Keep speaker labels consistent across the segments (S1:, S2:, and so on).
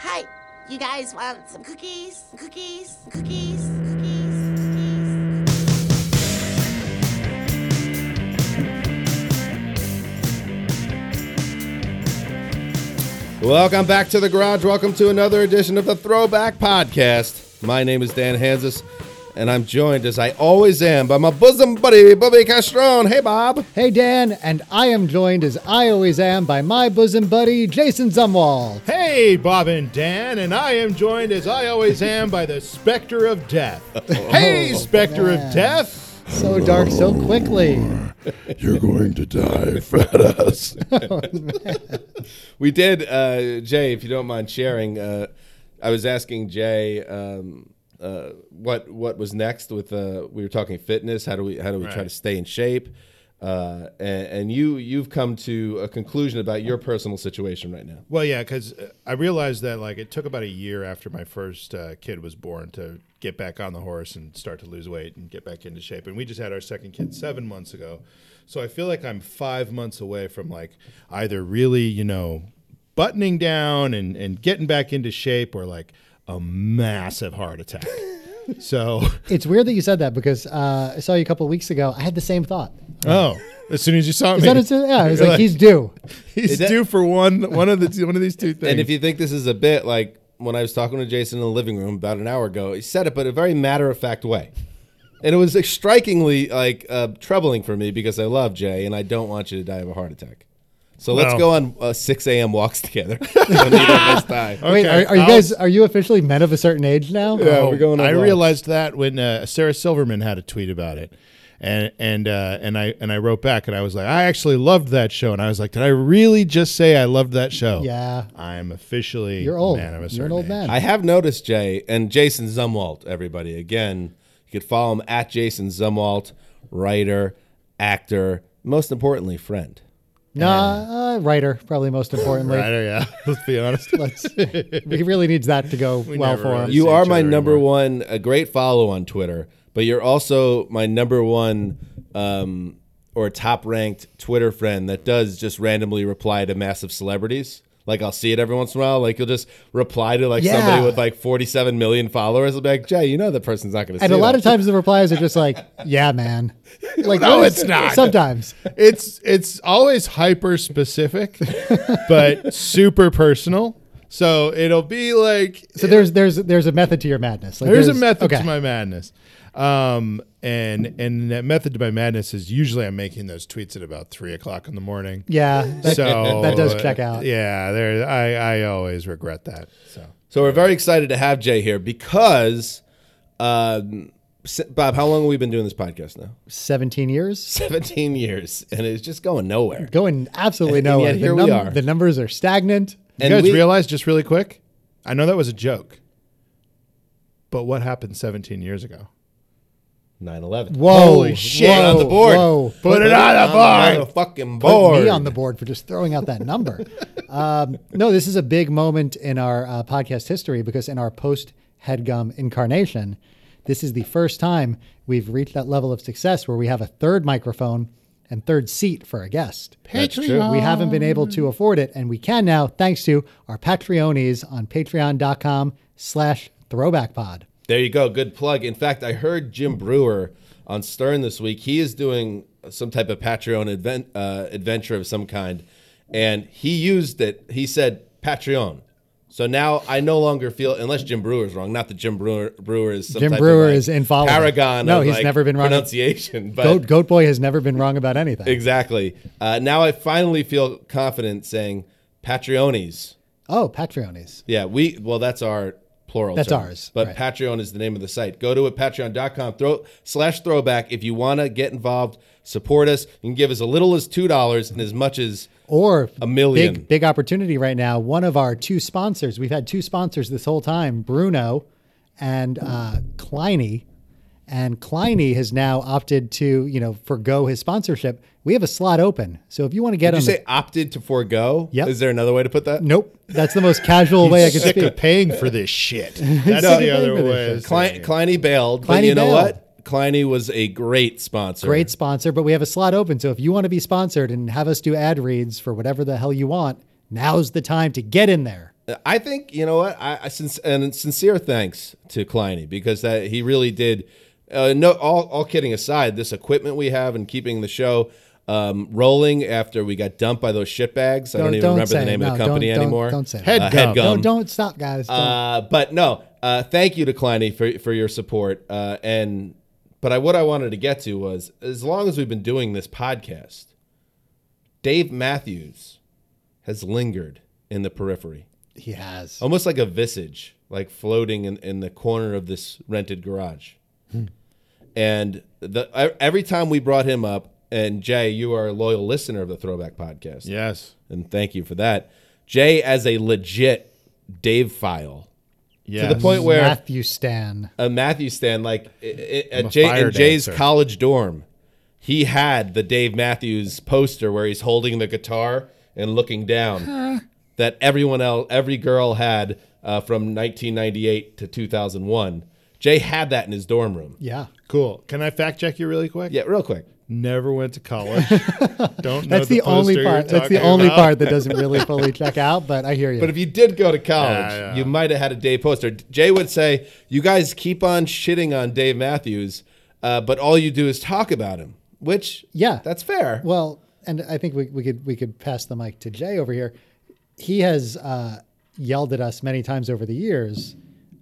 S1: Hi, you guys want some cookies? Cookies? Cookies? Cookies? Cookies?
S2: Welcome back to the garage. Welcome to another edition of the Throwback Podcast. My name is Dan Hansis, and I'm joined as I always am by my bosom buddy, Bobby Castron. Hey, Bob.
S3: Hey Dan, and I am joined as I always am by my bosom buddy Jason Zumwalt.
S4: Hey, Bob and Dan, and I am joined as I always am by the Spectre of Death.
S2: Oh.
S4: hey, Spectre
S3: man.
S4: of Death!
S3: So dark, so quickly.
S5: You're going to die, fat ass.
S2: We did, uh, Jay, if you don't mind sharing, uh, I was asking Jay. Um, uh, what what was next with uh we were talking fitness how do we how do we try
S4: Right.
S2: to stay in shape uh and, and you you've come to a conclusion about your personal situation right now
S4: Well, yeah, because I realized that like it took about a year after my first uh, kid was born to get back on the horse and start to lose weight and get back into shape. And we just had our second kid seven months ago, so I feel like I'm five months away from like either really, you know, buttoning down and and getting back into shape, or like a massive heart attack. so.
S3: It's weird that you said that because uh, I saw you a couple of weeks ago. I had the same thought.
S4: Oh, as soon as you saw me,
S3: Is that it's, yeah, I was
S4: You're
S3: like, he's due.
S4: he's
S2: Is that-
S4: due for one one of the two- one of these two things.
S2: And if you think this is a bit like when I was talking to Jason in the living room about an hour ago, he said it, but in a very matter of fact way. And it was like, strikingly like uh, troubling for me because I love Jay and I don't want you to die of a heart attack. So let's
S4: Well.
S2: go on uh, 6 a.m. walks together. When neither of us die.
S3: Wait,
S4: Okay,
S3: are, are you
S4: I'll-
S3: guys are you officially men of a certain age now? Oh,
S2: Yeah, we're going on
S4: Oh, I
S2: walks.
S4: realized that when uh, Sarah Silverman had a tweet about it, and and uh, and I and I wrote back and I was like, I actually loved that show, and I was like, did I really just say I loved that show?
S3: Yeah.
S4: I'm officially
S3: You're old.
S4: Man of a
S3: You're an
S4: certain
S3: old
S4: age.
S3: man.
S2: I have noticed Jay and Jason Zumwalt, everybody. Again, you could follow him at Jason Zumwalt, writer, actor, most importantly, friend.
S3: nah, uh, writer, probably most importantly.
S4: Right? Yeah. Let's be honest.
S3: Let's, he really needs that to go well
S4: never
S3: for him.
S4: really
S2: You
S4: see
S2: are
S4: each
S2: my
S4: other
S2: number
S4: anymore.
S2: one, a great follow on Twitter, but you're also my number one um, or top ranked Twitter friend that does just randomly reply to massive celebrities. Like I'll see it every once in a while. Like you'll just reply to like somebody
S3: Yeah.
S2: with like 47 million followers. I'll be like, Jay, you know that person's not going to.
S3: and a lot of times the replies are just like, "Yeah, man." Like,
S4: No,
S3: what
S4: it's not.
S3: Sometimes
S4: it's it's always hyper specific, but super personal. So it'll be like
S3: so. There's there's there's a method to your madness. Like,
S4: There's, a method to my madness. Um, and and that method to my madness is usually I'm making those tweets at about three o'clock in the morning.
S3: Yeah, that,
S4: So uh,
S3: that does check out.
S4: Yeah, there. I I always regret that. So
S2: So we're very excited to have Jay here because, um, s- Bob, how long have we been doing this podcast now?
S3: 17 years
S2: 17 years, and it's just going nowhere.
S3: going absolutely
S2: yet
S3: nowhere.
S2: here
S3: the,
S2: we are.
S3: the numbers are stagnant.
S4: you
S2: And
S4: guys
S2: we-
S4: realize just really quick. I know that was a joke, but what happened 17 years ago?
S2: 9/11.
S3: Whoa!
S4: Holy shit,
S3: Whoa,
S2: on the board.
S3: Whoa!
S4: Put, it on the
S2: I'm on
S4: board.
S2: the fucking
S3: Put
S2: board.
S3: me on the board for just throwing out that number. um, no, this is a big moment in our uh, podcast history because in our post headgum incarnation, this is the first time we've reached that level of success where we have a third microphone and third seat for a guest.
S2: That's true.
S3: We haven't been able to afford it, and we can now thanks to our Patreonies on patreon.com slash throwbackpod.
S2: There you go. Good plug. In fact, I heard Jim Brewer on Stern this week. He is doing some type of Patreon advent, uh, adventure of some kind, and he used it. He said Patreon. So now I no longer feel, unless Jim Brewer's wrong, not that Jim Brewer, Brewer is some
S3: Jim
S2: type
S3: Brewer
S2: of like
S3: is infallible.
S2: paragon.
S3: No,
S2: of,
S3: he's
S2: like,
S3: never been wrong.
S2: Pronunciation, but
S3: Goat, Goat Boy has never been wrong about anything.
S2: exactly. Uh, now I finally feel confident saying Patreonies.
S3: oh, Patreonies.
S2: Yeah, we well that's our plural.
S3: That's
S2: term.
S3: ours,
S2: But
S3: right.
S2: Patreon is the name of the site. Go to it, patreon.com throw slash throwback if you wanna get involved, support us. You can give as little as two dollars and as much as
S3: Or
S2: A million.
S3: Big, big opportunity right now. One of our two sponsors, we've had two sponsors this whole time Bruno and uh, Kleiny. And Kleiny has now opted to, you know, forego his sponsorship. We have a slot open. So if you want to get
S2: you
S3: on the-
S2: say opted to forego?
S3: Mm-hmm. Yep.
S2: Is there another way to put that?
S3: Nope. That's the most casual way I could
S4: Sick
S3: speak.
S4: of paying for this shit. That's
S3: of
S4: the
S3: paying
S4: other
S3: for this
S4: way.
S3: shit.
S4: of saying
S2: Klein, Kleiny
S4: it.
S2: bailed, but
S3: Kleiny
S2: you know
S3: bailed.
S2: what? Kleiny was a great sponsor.
S3: Great sponsor, but we have a slot open. So if you want to be sponsored and have us do ad reads for whatever the hell you want, now's the time to get in there.
S2: I think you know what I, I since and sincere thanks to Kleiny because that he really did. Uh, no, all all kidding aside, this equipment we have and keeping the show um, rolling after we got dumped by those shitbags. I don't even remember the
S3: it.
S2: name
S3: No,
S2: of the company
S3: don't, don't-
S2: anymore.
S3: Don't, say
S4: Head
S3: that.
S2: uh, head
S4: Gum.
S2: gum.
S3: No, don't stop, guys. Don't.
S2: Uh, but no, uh, thank you to Kleiny for, for your support. Uh, and but I what I wanted to get to was as long as we've been doing this podcast, Dave Matthews has lingered in the periphery,
S3: he has.
S2: almost like a visage, like floating in, in the corner of this rented garage. And the e- every time we brought him up, and Jay, you are a loyal listener of the Throwback Podcast
S4: Yes.
S2: and thank you for that. Jay as a legit Dave file
S4: Yes.
S2: to the point where
S3: Matthew Stan.
S2: a Matthew Stan, like i- i-
S4: a
S2: at Jay,
S4: fire
S2: in Jay's
S4: dancer.
S2: college dorm, he had the Dave Matthews poster where he's holding the guitar and looking down. that everyone else, every girl had uh, from 1998 to 2001. Jay had that in his dorm room.
S3: Yeah.
S4: Cool. Can I fact check you really quick?
S2: Yeah, real quick.
S4: Never went to college. Don't know.
S3: That's the, only
S4: poster you're
S3: part. That's the
S4: talking
S3: only
S4: about.
S3: part that doesn't really fully check out, but I hear you.
S2: But if you did go to college,
S4: Yeah, yeah.
S2: you might have had a Dave poster. Jay would say, "You guys keep on shitting on Dave Matthews, uh, but all you do is talk about him." Which,
S3: Yeah.
S2: that's fair.
S3: Well, and I think we, we could we could pass the mic to Jay over here. He has uh, yelled at us many times over the years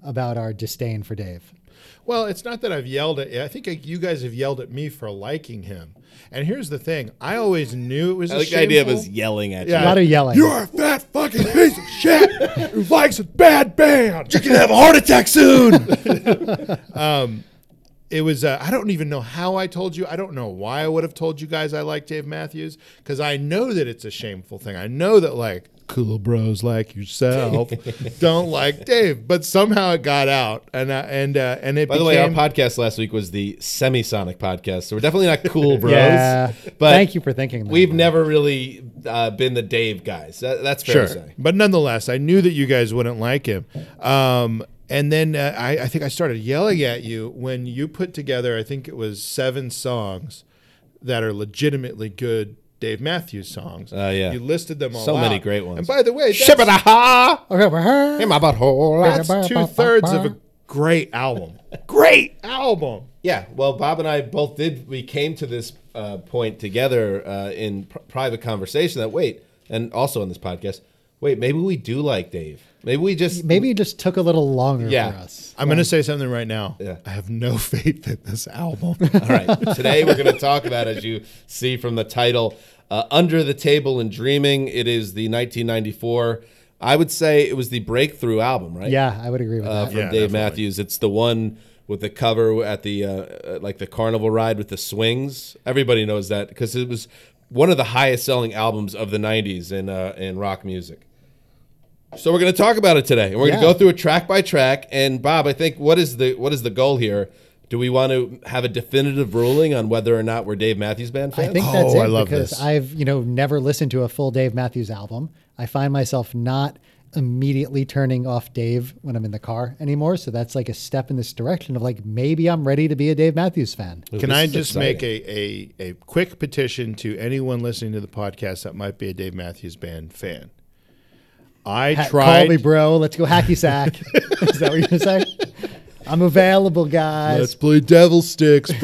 S3: about our disdain for Dave.
S4: Well, it's not that I've yelled at. I think like, you guys have yelled at me for liking him. And here's the thing: I always knew it was.
S2: I
S4: a
S2: like the idea of
S4: shameful-
S2: us yelling at
S3: A
S4: Yeah.
S3: lot of yelling.
S5: You're a fat fucking piece of shit who likes a bad band. You're gonna have a heart attack soon.
S4: it was uh, i don't even know how i told you i don't know why i would have told you guys i like dave matthews because i know that it's a shameful thing i know that like cool bros like yourself don't like dave but somehow it got out and uh, and uh, and it
S2: By the way, our
S4: became
S2: podcast last week was the Semisonic podcast, so we're definitely not cool, bros.
S3: Yeah.
S2: But
S3: Thank you for thinking that.
S2: We've never really uh, been the Dave guys. That, that's fair to
S4: Sure.
S2: say.
S4: But nonetheless, I knew that you guys wouldn't like him. Um, and then uh, I, I think I started yelling at you when you put together, I think it was seven songs that are legitimately good Dave Matthews songs.
S2: Oh, yeah.
S4: You listed them all
S2: So many
S4: out.
S2: great ones.
S4: And by the way, that's,
S2: Shibadaha
S3: Okay, we're her.
S2: in my butthole.
S4: that's two thirds of a great album. great album.
S2: Yeah, well, Bob and I both did. We came to this uh, point together uh, in pr- private conversation that wait, and also on this podcast, wait, maybe we do like Dave. Maybe we just
S3: Maybe it just took a little longer
S2: Yeah.
S3: for us.
S4: I'm going to say something right now.
S2: Yeah.
S4: I have no faith in this album.
S2: All right. Today we're going to talk about, as you see from the title, uh, Under the Table and Dreaming. It is the 1994. I would say it was the breakthrough album, right?
S3: Yeah, I would agree with
S2: Uh,
S3: that.
S2: from
S4: Yeah,
S2: Dave
S4: definitely.
S2: Matthews. It's the one with the cover at the uh, uh, like the carnival ride with the swings. Everybody knows that because it was one of the highest selling albums of the 90s in uh, in rock music. So we're going to talk about it today, and we're going to
S3: Yeah.
S2: go through it track by track. And Bob, I think what is the what is the goal here? Do we want to have a definitive ruling on whether or not we're Dave Matthews Band
S3: I
S2: fans?
S3: think that's
S4: Oh,
S3: it
S4: I love
S3: because
S4: this.
S3: I've you know never listened to a full Dave Matthews album. I find myself not immediately turning off Dave when I'm in the car anymore. So that's like a step in this direction of like maybe I'm ready to be a Dave Matthews fan.
S4: Can
S2: This
S4: I
S2: is
S4: just
S2: exciting.
S4: make a, a, a quick petition to anyone listening to the podcast that might be a Dave Matthews Band fan? I
S3: Ha- Call
S4: tried.
S3: me, bro. Let's go hacky sack. Is that what you're gonna say? I'm available, guys.
S4: Let's play Devil Sticks,
S3: Don't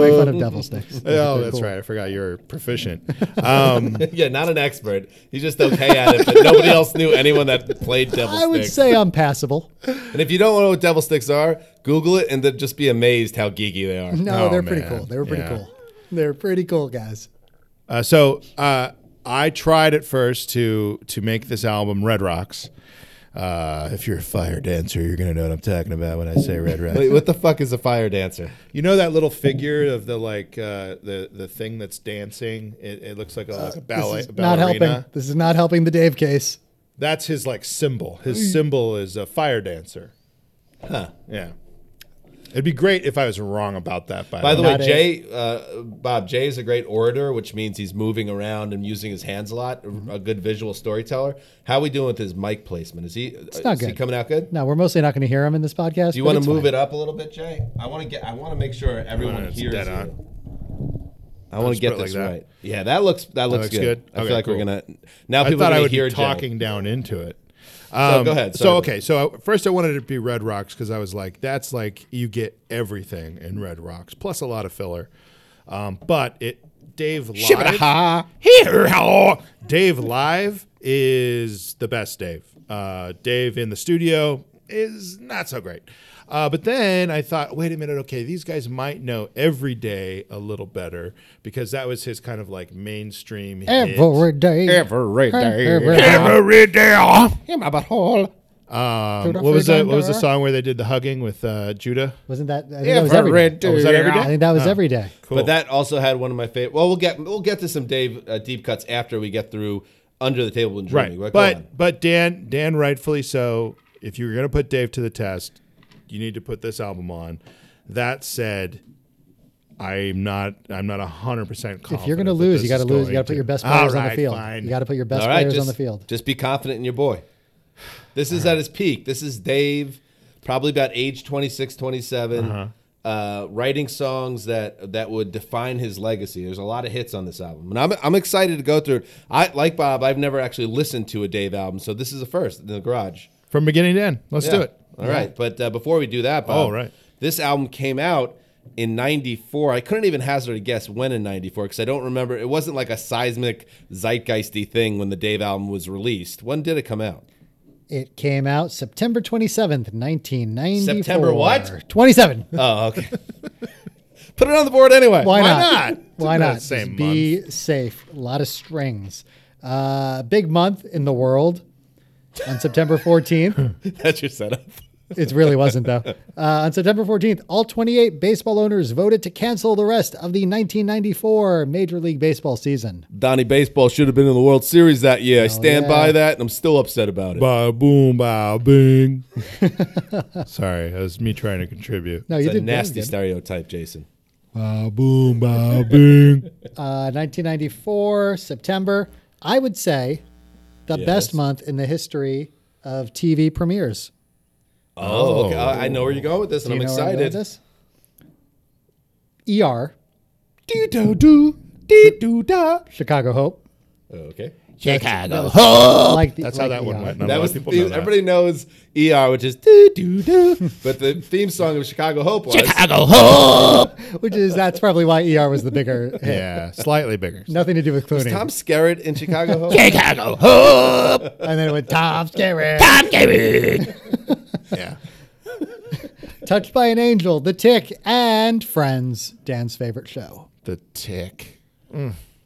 S3: make
S4: bro.
S3: fun of devil sticks.
S4: Oh, that's right. I forgot you're proficient. Um,
S2: yeah, not an expert. He's just okay at it, but nobody else knew anyone that played Devil
S3: I would
S2: Sticks.
S3: say I'm passable.
S2: And if you don't know what devil sticks are, Google it and then just be amazed how geeky they are.
S3: No,
S4: Oh,
S3: they're pretty
S4: man.
S3: cool. They were pretty
S4: Yeah.
S3: cool. They're pretty cool, guys.
S4: uh, so uh, I tried at first to to make this album Red Rocks. Uh, if you're a fire dancer, you're gonna know what I'm talking about when I say Red Rocks.
S2: Wait, what the fuck is a fire dancer?
S4: You know that little figure of the like uh, the the thing that's dancing. It, it looks like a, like a ballet
S3: Uh, This is not
S4: ballerina.
S3: helping. This is not helping the Dave case.
S4: That's his like symbol. His symbol is a fire dancer.
S2: Huh.
S4: Yeah. It'd be great if I was wrong about that. By,
S2: By the way,
S3: Not a-
S2: Jay, uh, Bob, Jay is a great orator, which means he's moving around and using his hands a lot.
S4: Mm-hmm.
S2: A good visual storyteller. How we doing with his mic placement? Is he? uh,
S3: not
S2: is he
S3: good.
S2: coming out good?
S3: No, we're mostly not going to hear him in this podcast.
S2: Do you
S3: but
S2: want
S3: it's
S2: to move
S3: fine.
S2: it up a little bit, Jay? I want to get. I want to make sure everyone
S4: it's
S2: hears
S4: dead
S2: you.
S4: on.
S2: I want to
S4: just
S2: get
S4: put it
S2: this
S4: like that.
S2: right. Yeah, that looks that looks,
S4: looks
S2: good.
S4: good?
S2: I
S4: Okay,
S2: feel like we're
S4: cool.
S2: gonna now
S4: I
S2: people are
S4: thought
S2: gonna
S4: I would
S2: hear
S4: be
S2: Jay.
S4: talking down into it. Um,
S2: go ahead,
S4: So
S2: sorry.
S4: okay. So I, first, I wanted it to be Red Rocks because I was like, that's like you get everything in Red Rocks plus a lot of filler. Um, but it Dave live here how Dave live is the best Dave. Uh, Dave in the studio is not so great. Uh, but then I thought, wait a minute, okay, these guys might know every day a little better because that was his kind of like mainstream. hit.
S3: Every day.
S2: Every day.
S3: Every day.
S4: every day.
S3: In my butthole.
S4: Um, what was the What was the song where they did the hugging with uh, Judah?
S3: Wasn't that? I think that was every
S2: Every
S3: day.
S2: day.
S4: Oh, was that every
S3: I
S4: day?
S3: think that was every day.
S2: But that also had one of my favorite. Well, we'll get we'll get to some Dave uh, deep cuts after we get through under the table and
S4: Right,
S2: dreaming. Go on.
S4: but but Dan Dan rightfully so. If you were going to put Dave to the test, you need to put this album on. That said, I'm not I'm not hundred percent confident.
S3: If you're gonna
S4: that
S3: lose, you
S4: this
S3: got to
S4: is
S3: lose. You
S4: going
S3: got to put your best
S4: All
S3: players on the
S4: right,
S3: field.
S4: fine.
S3: You got to put your best
S2: all right,
S3: players
S2: just,
S3: on the field.
S2: Just be confident in your boy. This is at his peak. This is Dave, probably about age 26, 27, uh
S4: Uh-huh.
S2: writing songs that that would define his legacy. There's a lot of hits on this album, and I'm I'm excited to go through it. I like Bob. I've never actually listened to a Dave album, so this is a first in the garage.
S4: from beginning to end. Let's do
S2: Yeah.
S4: it.
S2: All right. But uh, before we do that, Bob,
S4: Oh, right.
S2: this album came out in 94. I couldn't even hazard a guess when in 94 because I don't remember. It wasn't like a seismic, zeitgeisty thing when the Dave album was released. When did it come out?
S3: It came out September 27th, 1994.
S2: September what?
S3: 27.
S4: Uh,
S2: Oh, okay. Put it on the board anyway.
S3: Why,
S4: Why
S3: not?
S4: not?
S3: Why
S4: It's about
S3: not?
S4: the same
S3: Just be safe. A lot of strings. Uh, big month in the world on September 14th.
S2: That's your setup.
S3: it really wasn't, though. Uh, on September 14th, all 28 baseball owners voted to cancel the rest of the 1994 Major League Baseball season.
S2: Donnie Baseball should have been in the World Series that year. I stand
S3: yeah.
S2: by that, and I'm still upset about it.
S4: Ba boom, ba bing. Sorry, that was me trying to contribute.
S3: No, you
S2: it's a
S3: did very
S2: nasty
S3: good.
S2: stereotype, Jason.
S4: Ba boom, ba bing.
S3: Uh, 1994 September. I would say the best
S2: Yes.
S3: month in the history of TV premieres.
S2: Oh, okay. I I know where you're going with this, and
S3: Do
S2: I'm
S3: you know where I'm going with
S2: excited.
S3: this? ER,
S2: Dee do do, dee do da.
S3: Chicago Hope.
S2: Okay.
S4: Chicago.
S3: like the,
S4: That's how
S3: like
S4: uh, that
S3: ER.
S4: one went. Not a
S2: that
S4: lot
S2: was
S4: of people
S2: the
S4: know
S2: theme,
S4: that.
S2: everybody knows ER, which is doo doo doo. But the theme song of Chicago Hope was
S3: Which is that's probably why ER was the bigger hit.
S4: Yeah, slightly bigger.
S3: Nothing to do with Clooney.
S2: Tom Skerritt in Chicago Hope.
S3: and then it went Tom Skerritt.
S4: Yeah.
S3: Touched by an Angel, The Tick, and Friends, Dan's favorite show.
S4: The tick.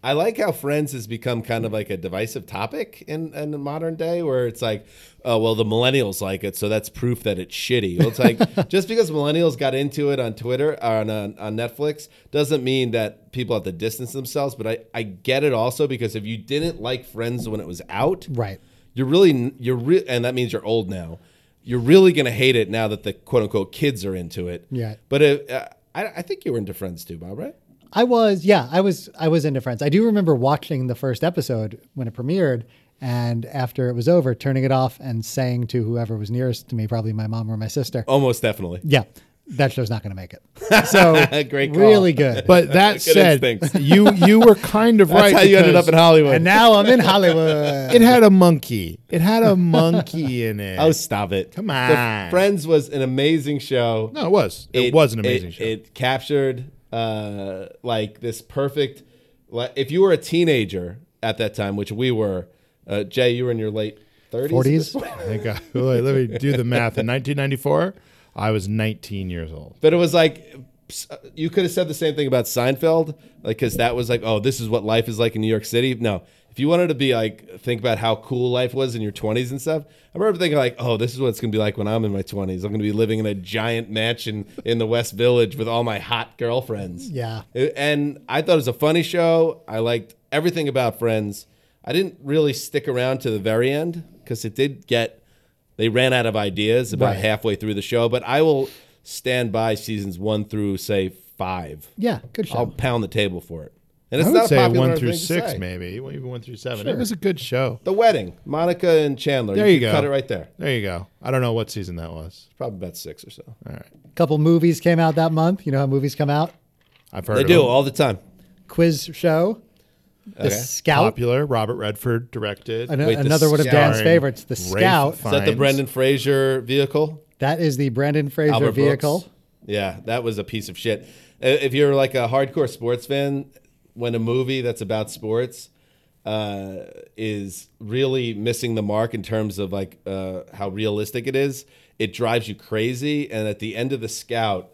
S2: I like how Friends has become kind of like a divisive topic in, in the modern day, where it's like, oh well, the millennials like it, so that's proof that it's shitty. Well, it's like just because millennials got into it on Twitter or on on, on Netflix doesn't mean that people have to distance themselves. But I I get it also because if you didn't like Friends when it was out,
S3: Right.
S2: you're really you're re- and that means you're old now you're really going to hate it now that the quote unquote kids are into it
S3: Yeah.
S2: but if, uh, I, I think you were into friends too bob right
S3: I was, yeah, I was, I was into Friends. I do remember watching the first episode when it premiered, and after it was over, turning it off and saying to whoever was nearest to me, probably my mom or my sister,
S2: almost definitely
S3: "Yeah, that show's not going to make it." So
S2: Great call.
S3: really good.
S4: But that said,
S2: instincts.
S4: you you were kind of right.
S2: that's how you ended
S4: because
S2: up in hollywood
S3: and now I'm in Hollywood.
S4: It had a monkey. It had a monkey in it.
S2: oh stop it
S4: Come
S2: The
S4: on.
S2: friends was an amazing show
S4: no, it was. It, was an amazing
S2: it,
S4: show.
S2: It captured uh, like this perfect. Like, if you were a teenager at that time, which we were, uh, Jay, you were in your late 30s.
S3: 40s?
S4: Thank God. Wait, let me do the math. In 1994, I was 19 years old.
S2: But it was like you could have said the same thing about Seinfeld, like because that was like, oh, this is what life is like in New York City. No, if you wanted to be like, think about how cool life was in your twenties and stuff. I remember thinking like, oh, this is what it's gonna be like when I'm in my twenties. I'm gonna be living in a giant mansion in the West Village with all my hot girlfriends.
S3: Yeah.
S2: It- and I thought it was a funny show. I liked everything about Friends. I didn't really stick around to the very end because it did get they ran out of ideas about
S3: Right.
S2: halfway through the show. But I will stand by seasons one through say five.
S3: yeah, good show.
S2: I'll pound the table for it. And
S4: I
S2: it's
S4: would
S2: not
S4: say
S2: a popular
S4: one through
S2: thing to
S4: six,
S2: say.
S4: maybe even one through seven. It was a good show.
S2: The wedding, Monica and Chandler.
S4: There you
S2: could
S4: go.
S2: Cut it right there.
S4: There you go. I don't know what season that was.
S2: Probably about six or so.
S4: All right,
S3: couple movies came out that month. You know how movies come out?
S4: I've heard.
S2: They
S4: of
S2: do
S4: them.
S2: all the time.
S3: Quiz show, The Scout,
S4: Popular. Robert Redford directed.
S3: an-
S2: Wait, the
S3: another one of Dan's
S4: Scout.
S3: favorites, the
S4: Rafe
S3: Scout.
S2: Is that the
S4: Fines.
S2: Brendan Fraser vehicle?
S3: That is the Brandon Fraser
S2: Albert
S3: vehicle.
S2: Brooks. Yeah, that was a piece of shit. I- If you're like a hardcore sports fan, when a movie that's about sports uh, is really missing the mark in terms of like uh, how realistic it is, it drives you crazy. And at the end of the Scout,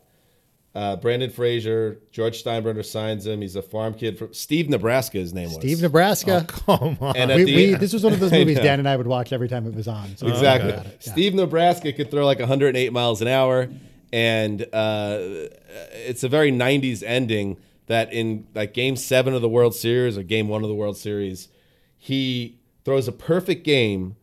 S2: uh, Brandon Fraser, George Steinbrenner signs him. He's a farm kid from Steve Nebraska. His name was
S3: Steve
S2: Oh,
S3: Nebraska.
S4: Come on.
S2: And at
S3: we,
S2: the-
S3: we, this was one of those
S2: I
S3: movies
S2: know.
S3: Dan and I would watch every time it was on. So we forgot
S2: Exactly.
S3: about it. Yeah.
S2: Steve Nebraska could throw like 108 miles an hour, and uh, it's a very 90s ending that in like Game Seven of the World Series or Game One of the World Series, he throws a perfect game,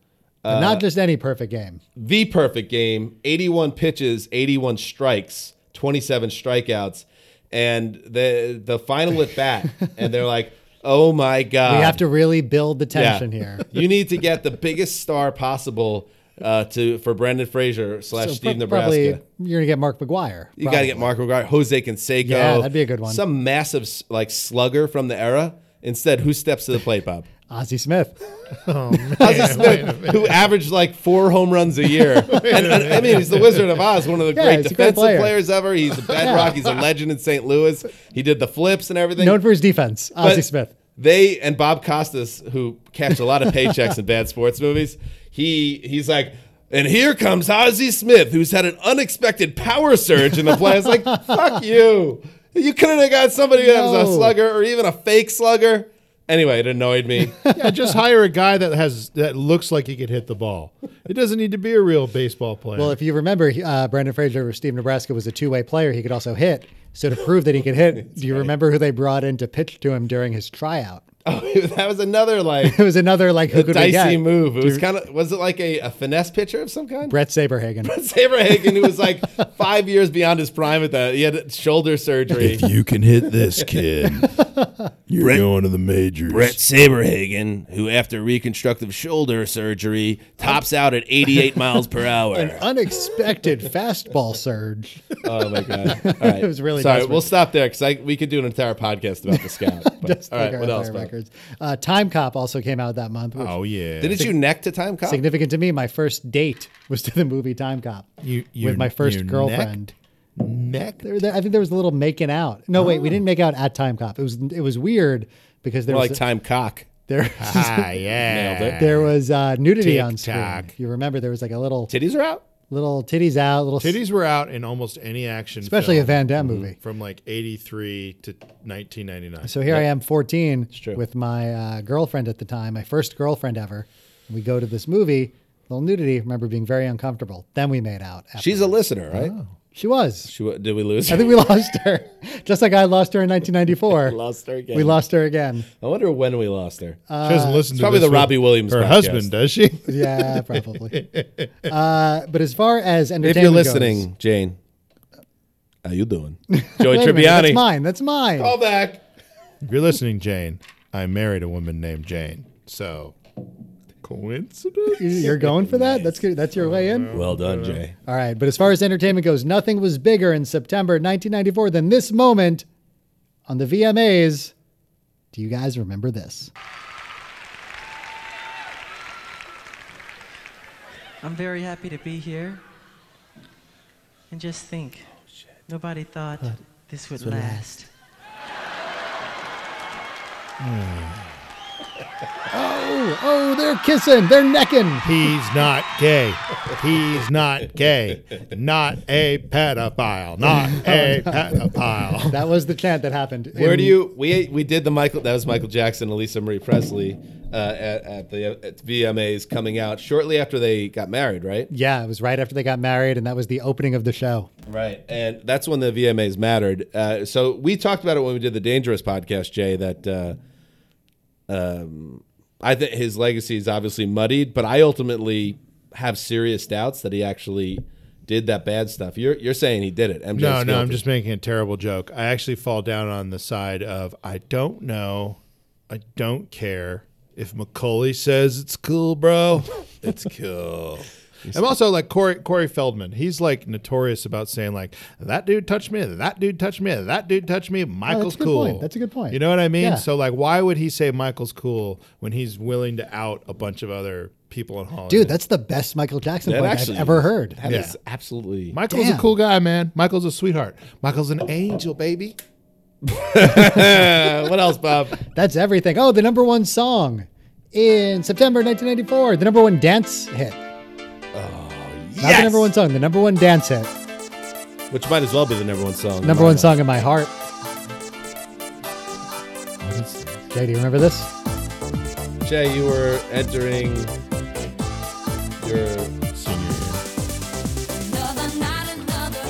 S3: And
S2: uh,
S3: not just any perfect game.
S2: the perfect game, 81 pitches, 81 strikes, 27 strikeouts, and the the final at bat, and they're like, oh my god,
S3: We have to really build the tension here.
S2: you need to get the biggest star possible uh, to for Brendan Fraser slash
S3: So
S2: Steve
S3: pro-
S2: Nebraska.
S3: Probably you're gonna get Mark McGuire.
S2: you got to get Marco Gar, Jose Canseco.
S3: Yeah, that'd be a good one.
S2: Some massive s- like slugger from the era. Instead, who steps to the plate, Bob?
S3: Ozzie Smith.
S2: Ozzie Smith, who averaged like four home runs a year. and, and- I mean, he's the Wizard of Oz, one of the
S3: Yeah,
S2: great
S3: he's a
S2: defensive
S3: great player.
S2: players ever. He's a bedrock. He's a legend in St. Louis. He did the flips and everything.
S3: Known for his defense.
S2: But
S3: Ozzie Smith.
S2: They and Bob Costas, who catch a lot of paychecks in bad sports movies, he he's like, and here comes Ozzie Smith, who's had an unexpected power surge in the playoffs. like, fuck you. You couldn't have got somebody who was a
S3: No.
S2: slugger or even a fake slugger. Anyway, it annoyed me.
S4: yeah, just hire a guy that has that looks like he could hit the ball. It doesn't need to be a real baseball player.
S3: Well, if you remember, he- uh, Brandon Fraser for Steve Nebraska was a two-way player. He could also hit. So to prove that he could hit, do you remember who they brought in to pitch to him during his tryout?
S2: oh, that was another like
S3: It was another like who could we
S2: dicey
S3: get?
S2: move. It was kind of was it like a, a finesse pitcher of some kind?
S3: Brett Saberhagen.
S2: Saber Hagen, who was like five years beyond his prime at that, he had shoulder surgery.
S5: You can hit this kid. You're going to the majors.
S2: Brett Saberhagen, who after reconstructive shoulder surgery tops out at 88 miles per hour.
S3: Unexpected fastball surge.
S2: Oh my god! All right,
S3: It was really
S2: sorry.
S3: desperate.
S2: We'll stop there because we could do an entire podcast about the scout. but-
S3: Just
S2: all
S3: like
S2: right,
S3: our
S2: what else?
S3: other
S2: Bob?
S3: records. Uh, Time Cop also came out that month. Which
S4: oh yeah,
S2: Didn't you neck to time cop?
S3: significant to me. My first date was to the movie Time Cop
S4: You- you-
S3: with my first
S4: you
S3: girlfriend.
S4: neck?
S3: There- there- I think there was a little making out. No, wait, we didn't make out at Time Cop. It was it was weird because there
S2: More
S3: was
S2: like time cock.
S3: there
S4: Ah yeah,
S2: Nailed it.
S3: there was uh, nudity on screen.
S4: Tick-tock.
S3: You remember there was like a little
S2: Titties are out.
S3: little titties out, little
S4: Titties were out in almost any action,
S3: especially a
S4: film
S3: Van Damme movie.
S4: from like '83 to 1999.
S3: So here I am, 14,
S2: true.
S3: with my uh, girlfriend at the time, my first girlfriend ever. We go to this movie, little nudity. Remember being very uncomfortable. Then we made out. after-
S2: She's a listener, right?
S3: she was.
S2: She, wa- did we lose?
S3: Oh. I think we lost her, just like I lost her in 1994.
S2: lost her again.
S3: We Uh, lost her again.
S2: I wonder when we lost her.
S4: she doesn't listen to
S2: probably
S4: this
S2: the
S4: with
S2: Robbie Williams
S4: Her
S2: podcast.
S4: husband does she?
S3: Yeah, probably. Uh, but as far as
S2: if
S3: entertainment,
S2: you're
S3: goes-
S2: listening, Jane, how you doing? Joey
S3: Uh, Wait a minute, that's
S2: Tribbiani. Oh,
S3: mine. That's mine.
S2: Call back.
S4: If you're listening, Jane, I married a woman named Jane. So coincidence?
S3: You- You're going for that? That's good. That's your way in.
S2: Well done, Jay.
S3: All right. But as far as entertainment goes, nothing was bigger in September 1994 than this moment on the VMAs. Do you guys remember this?
S6: I'm very happy to be here. And just think, nobody thought this would last.
S3: Oh, oh, they're kissing. They're necking.
S4: He's not gay. He's not gay. Not a pedophile. Not a pedophile.
S3: That was the chant that happened.
S2: Where
S3: in-
S2: do you we we did the Michael that was Michael Jackson, Elisa Marie Presley uh, at, at the at VMAs coming out shortly after they got married, right?
S3: Yeah, it was right after they got married, and that was the opening of the show.
S2: Right, and that's when the VMAs mattered. Uh, so we talked about it when we did the Dangerous podcast, Jay. That uh, um, I think his legacy is obviously muddied, but I ultimately have serious doubts that he actually did that bad stuff. You're you're saying he did it? MJ's
S4: No, no, I'm
S2: guilty.
S4: just making a terrible joke. I actually fall down on the side of I don't know. I don't care. If Macaulay says it's cool, bro, it's cool. And also like Corey Corey Feldman, he's like notorious about saying like that dude touched me, that dude touched me, that dude touched me. Michael's
S3: good
S4: cool.
S3: point. That's a good point.
S4: You know what I mean?
S3: Yeah.
S4: So like, why would he say Michael's cool when he's willing to out a bunch of other people in Hollywood?
S3: Dude, that's the best Michael Jackson
S2: That
S3: point
S2: actually-
S3: I've ever heard.
S2: That is
S4: Yeah.
S2: absolutely.
S4: Michael's
S3: Damn.
S4: a cool guy, man. Michael's a sweetheart. Michael's an angel, baby.
S2: Uh, what else, Bob?
S3: That's everything. Oh, the number one song in September 1994, the number one dance hit. Oh, yes. Not the number one song, the number one dance hit.
S2: Which might as well be the number one song.
S3: Number one song in my heart. Jay, do you remember this?
S2: Jay, you were entering your
S4: Senior year. Or no, I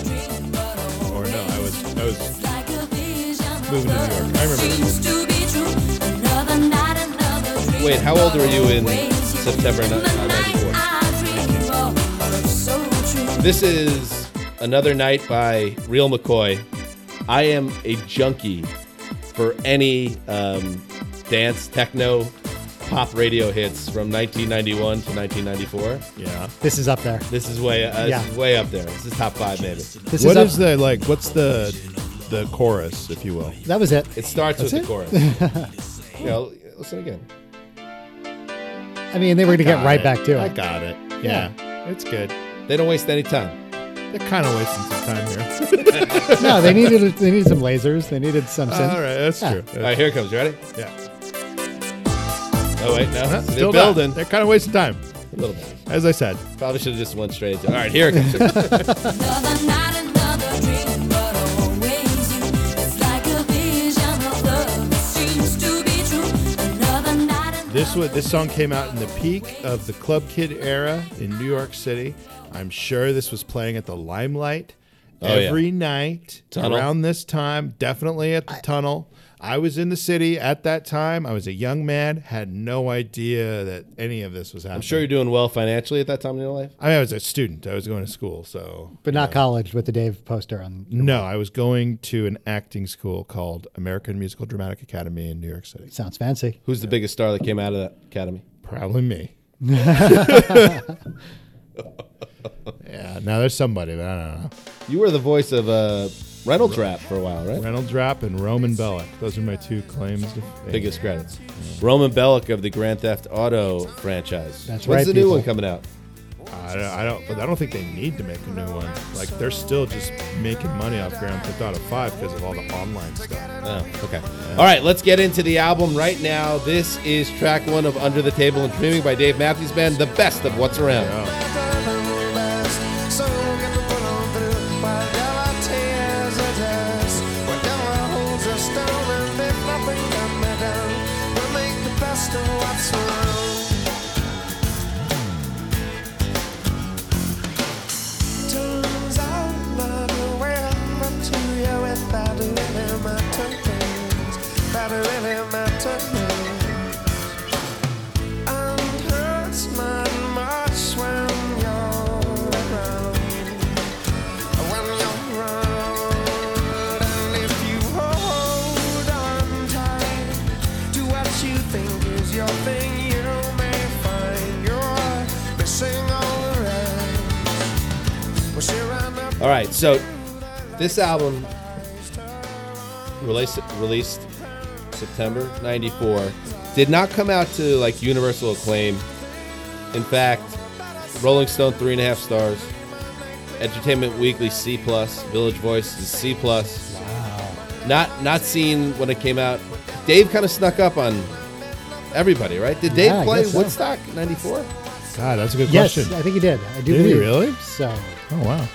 S4: was I was moving to New York. I remember this.
S2: Wait, how old were you in September ni- uh, 94? This is Another Night by Real McCoy. I am a junkie for any um, dance, techno, pop radio hits from 1991 to 1994.
S4: Yeah.
S3: This is up there.
S2: This is way, uh, this
S3: Yeah.
S2: is way up there. This is top five, maybe.
S3: This is
S4: What
S3: up-
S4: is the like? What's the the chorus, if you will?
S3: That was it.
S2: It starts with
S3: it?
S2: the chorus. you know, listen again.
S3: I mean, they were going to get
S4: Got
S3: right
S4: it.
S3: back to
S4: I
S3: it.
S4: got it. Yeah, it's good.
S2: They don't waste any time.
S4: They're kind of wasting some time here.
S3: No, they needed they needed some lasers. They needed some.
S4: All
S3: synth.
S4: right, that's
S3: Yeah.
S4: true.
S2: All right, here it comes. You ready?
S4: Yeah,
S2: Oh, wait, no.
S3: Uh-huh.
S4: Huh,
S2: They're
S4: still not.
S2: building.
S4: They're kind of wasting time,
S2: A little bit.
S4: as I said.
S2: Probably should have just went straight into All right, here it comes.
S4: This was this song came out in the peak of the club kid era in New York City. I'm sure this was playing at the Limelight
S2: Oh, yeah.
S4: every night
S2: Tunnel.
S4: around this time. Definitely at the Tunnel. I was in the city at that time. I was a young man, had no idea that any of this was happening.
S2: I'm sure you're doing well financially at that time in your life.
S4: I mean, I was a student. I was going to school, so
S3: But not college with the Dave poster on.
S4: no, I was going to an acting school called American Musical Dramatic Academy in New York City.
S3: Sounds fancy.
S2: Who's the biggest star that came out of that academy?
S4: Probably me. yeah, now there's somebody, but I don't know.
S2: You were the voice of uh, Reynolds Rap for a while, right?
S4: Reynolds Rap and Roman Bellick. Those are my two claims. To fame.
S2: Biggest credits. Roman Bellick of the Grand Theft Auto franchise.
S3: That's
S2: When's
S3: right,
S2: the new
S3: people.
S2: one coming out?
S4: I don't, I don't, but I don't think they need to make a new one. Like they're still just making money off Grand Theft Auto Five because of all the online stuff.
S2: Oh, okay. All right, let's get into the album right now. This is track one of Under the Table and Dreaming by Dave Matthews Band, the best of what's around.
S7: Turns out that when I'm to you, it that really matters. That really matters. And hurts not much when you're around. When you're around. And if you hold on tight to what you think is your thing, you may find you're missing all the rest. Well, she ran up
S2: All right, so this album released released September '94 did not come out to like universal acclaim. In fact, Rolling Stone three and a half stars, Entertainment Weekly C plus, Village Voice is C plus. Wow. Not not seen when it came out. Dave kind of snuck up on everybody, right? Did Dave
S3: Yeah, I
S2: play
S3: guess so.
S2: Woodstock '94?
S4: God, that's a good
S3: Yes,
S4: question.
S3: I think he did. I do
S4: Did he
S3: believe.
S4: really?
S3: So
S4: Oh wow.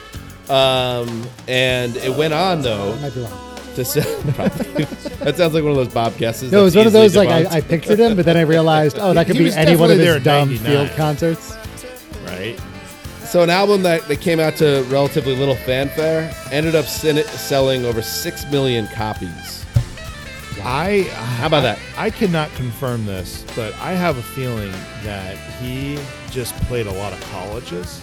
S2: Um, and it went on though.
S3: I might be wrong.
S2: to sell. probably. that sounds like one of those Bob guesses.
S3: No, it was
S2: that's
S3: one of
S2: easily
S3: those like I, I
S2: debunked.
S3: pictured him, but then I realized, oh, that could
S4: He
S3: be
S4: was
S3: any one of
S4: definitely
S3: his
S4: there
S3: dumb
S4: in 99.
S3: field concerts.
S4: Right.
S2: so an album that, that came out to relatively little fanfare ended up sen- selling over six million copies.
S4: I
S2: How about that?
S4: I cannot confirm this, but I have a feeling that he just played a lot of colleges.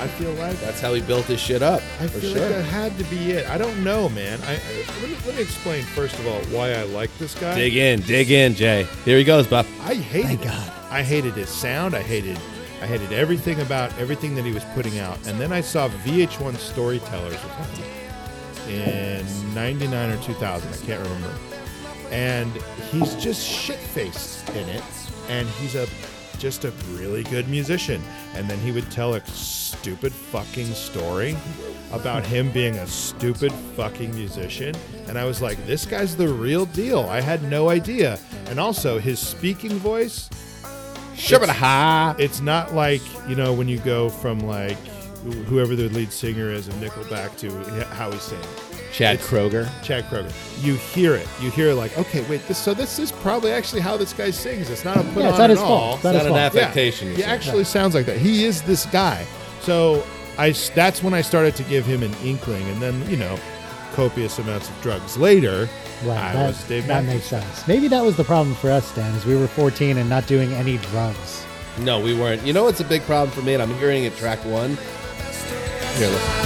S4: I feel like
S2: That's how he built his shit up.
S4: I
S2: for
S4: feel
S2: sure.
S4: like that had to be it. I don't know, man. I, I let, me, let me explain first of all why I like this guy.
S2: dig in, dig in, Jay. Here he goes, Bob.
S4: I hated. Thank God. I hated his sound. I hated I hated everything about everything that he was putting out. And then I saw VH1 Storytellers with him in 99 or 2000. I can't remember. And he's just shit faced in it. And he's a just a really good musician. And then he would tell a stupid fucking story about him being a stupid fucking musician. And I was like, this guy's the real deal. I had no idea. And also, his speaking voice
S2: Shabba-da-ha.
S4: it's not like you know when you go from like wh- whoever the lead singer is of Nickelback to h- how he sings.
S2: Chad
S4: It's-
S2: Kroger.
S4: Chad Kroger. You hear it. You hear like, okay, wait, this so this is probably actually how this guy sings. It's not a put
S3: Yeah,
S4: on
S3: it's not
S4: at
S3: his
S4: all.
S3: fault. It's not his
S2: Not an
S3: fault.
S4: Yeah.
S2: affectation.
S4: He
S2: you see.
S4: actually sounds like that. He is this guy. So I s- that's when I started to give him an inkling, and then you know, copious amounts of drugs later. I
S3: Right, that,
S4: was Dave
S3: that
S4: Matthews.
S3: makes sense. Maybe that was the problem for us, Dan, is we were 14 and not doing any drugs.
S2: No, we weren't. You know what's a big problem for me, and I'm hearing it track one. Here, listen.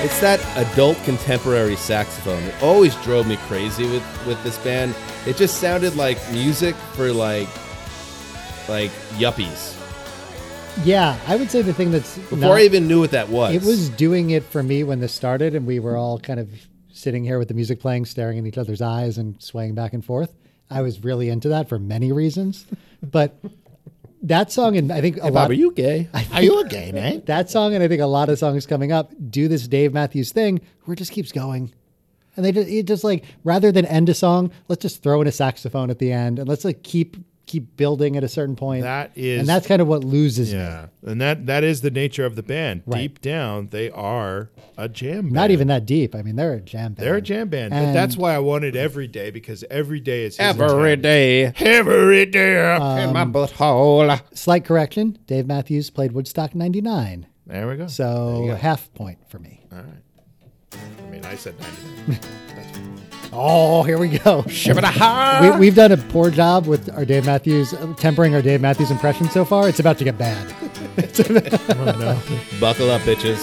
S2: It's that adult contemporary saxophone. It always drove me crazy with with this band. It just sounded like music for like like yuppies.
S3: Yeah, I would say the thing that's
S2: Before
S3: not-
S2: I even knew what that was,
S3: it was doing it for me when this started, and we were all kind of sitting here with the music playing, staring in each other's eyes and swaying back and forth. I was really into that for many reasons, but that song and I think a lot.
S2: Bob, are you gay?
S3: Are you a gay man? That song and I think a lot of songs coming up do this Dave Matthews thing where it just keeps going. And they just, it just like rather than end a song, let's just throw in a saxophone at the end and let's like keep keep building at a certain point.
S4: That is-
S3: and that's kind of what loses. me.
S4: Yeah, and that that is the nature of the band.
S3: Right.
S4: Deep down, they are a jam. Band.
S3: Not even that deep. I mean, they're a jam band.
S4: They're a jam band. but
S3: And-
S4: that's why I wanted every day because every day is his
S2: Every
S4: intent.
S2: day, every day, in my butthole.
S3: Slight correction: Dave Matthews played Woodstock '99,
S2: Oh,
S4: There we go.
S3: so half point for me.
S4: I mean, I said 99. That's-
S3: Oh, here we go.
S2: Shabba-da-ha.
S3: We, we've done a poor job with our Dave Matthews uh, tempering our Dave Matthews impression so far. It's about to get bad.
S2: Buckle up, bitches.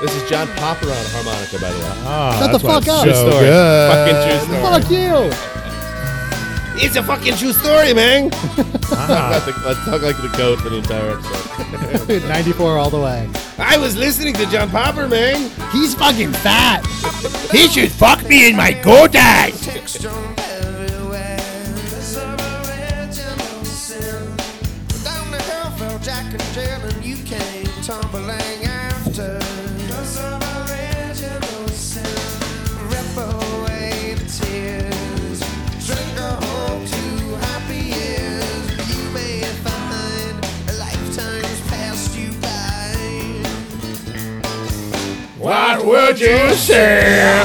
S2: this is John Popper on harmonica, by the way.
S3: Shut the fuck up!
S2: True story. Fucking true story.
S3: Fuck you!
S2: It's a fucking true story, man. Let's talk like the- uh, talk like the goat for the entire episode.
S3: 94 all the way.
S2: I was listening to John Popper, man.
S3: He's fucking fat.
S5: He should fuck me in my goat eyes.
S7: Texture everywhere. This original sin. Down the hill fell Jack and Jill, and you came tumbling after. This original sin. Rip away the tears. Drink a hope to happy years. You may find a lifetime's passed you by.
S2: What would you say?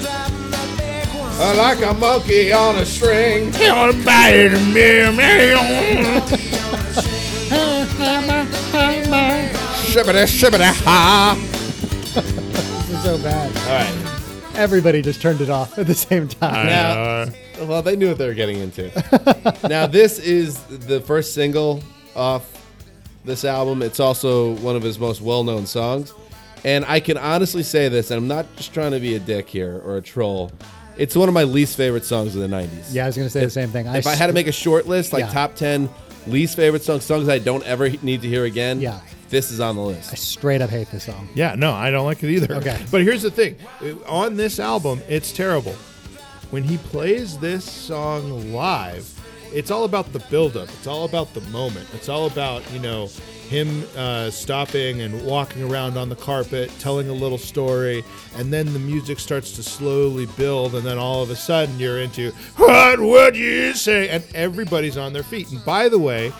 S7: Driving the big one.
S2: Like a monkey on a string. Shibbity, shibbity, ha.
S3: This is so bad.
S2: All right.
S3: Everybody just turned it off at the same time.
S2: Now, well, they knew what they were getting into. now, this is the first single off this album. It's also one of his most well-known songs. And I can honestly say this, and I'm not just trying to be a dick here or a troll. It's one of my least favorite songs of the 90s.
S3: Yeah, I was gonna say the same thing.
S2: if I had to make a short list, like
S3: Yeah.
S2: top ten least favorite songs, songs I don't ever he- need to hear again,
S3: Yeah.
S2: this is on the list.
S3: straight up hate this song.
S4: Yeah, no, I don't like it either.
S3: Okay.
S4: But here's the thing It- on this album, it's terrible. When he plays this song live, it's all about the buildup. It's all about the moment. It's all about, you know, him uh, stopping and walking around on the carpet, telling a little story, and then the music starts to slowly build, and then all of a sudden you're into, What would you say? And everybody's on their feet. And by the way,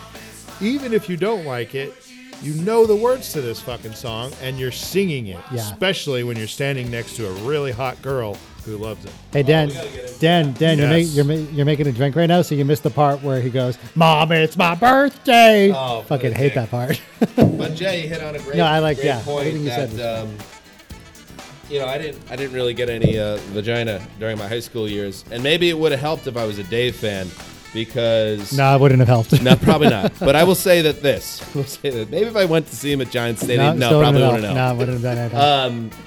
S4: even if you don't like it, you know the words to this fucking song and you're singing it.
S3: Yeah.
S4: Especially when you're standing next to a really hot girl who loves it.
S3: Hey Dan, Dan, Dan, you're,
S4: Yes.
S3: make, you're, ma- you're making a drink right now, so you missed the part where he goes, "Mom, it's my birthday."
S2: Oh,
S3: fucking
S2: what a
S3: hate
S2: dick.
S3: that part.
S2: But Jay hit on a great,
S3: No, I like-
S2: great
S3: yeah,
S2: point
S3: everything you
S2: that
S3: said
S2: um, you know I didn't I didn't really get any uh, vagina during my high school years, and maybe it would have helped if I was a Dave fan because
S3: no, it wouldn't have helped.
S2: No, probably not. But I will say that this. I will say that maybe if I went to see him at Giant Stadium, no,
S3: still
S2: probably
S3: wouldn't
S2: wouldn't Uh, know.
S3: have helped. No, it wouldn't have done anything.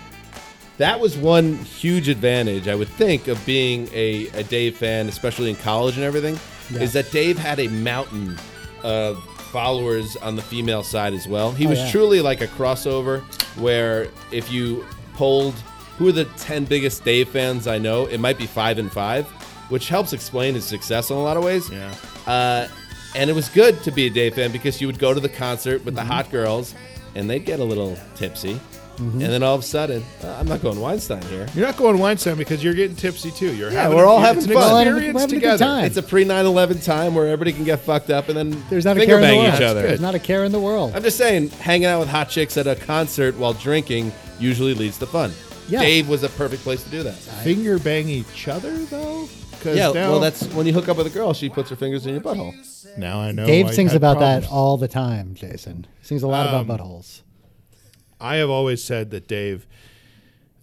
S2: that was one huge advantage I would think of being a, a Dave fan, especially in college and everything, is that Dave had a mountain of followers on the female side as well. He was
S3: yeah.
S2: truly like a crossover where if you polled who are the 10 biggest Dave fans I know, it might be 5 and 5, which helps explain his success in a lot of ways.
S4: Yeah.
S2: Uh, and it was good to be a Dave fan because you would go to the concert with the hot girls and they'd get a little tipsy. And then all of a sudden, uh, I'm not going Weinstein here.
S4: You're not going Weinstein because you're getting tipsy too. You're
S2: Yeah,
S4: having
S2: we're all
S4: it's
S2: having
S4: an
S2: fun. We're
S3: having-
S4: Experience
S3: we're having a good
S4: together.
S3: time.
S2: It's a pre 9 11 time where everybody can get fucked up and then
S3: There's not a
S2: finger
S3: care in the
S2: bang
S3: world.
S2: each other.
S3: There's not a care in the world.
S2: I'm just saying, hanging out with hot chicks at a concert while drinking usually leads to fun.
S3: Yeah.
S2: Dave was a perfect place to do that.
S4: Finger bang each other though. 'Cause
S2: Yeah,
S4: now,
S2: well, that's when you hook up with a girl, she puts her fingers in your butthole.
S4: now I know. why
S3: Dave
S4: you
S3: sings
S4: had
S3: about
S4: problems.
S3: that all the time, Jason. Sings a lot
S2: Um,
S3: about buttholes.
S4: I have always said that Dave,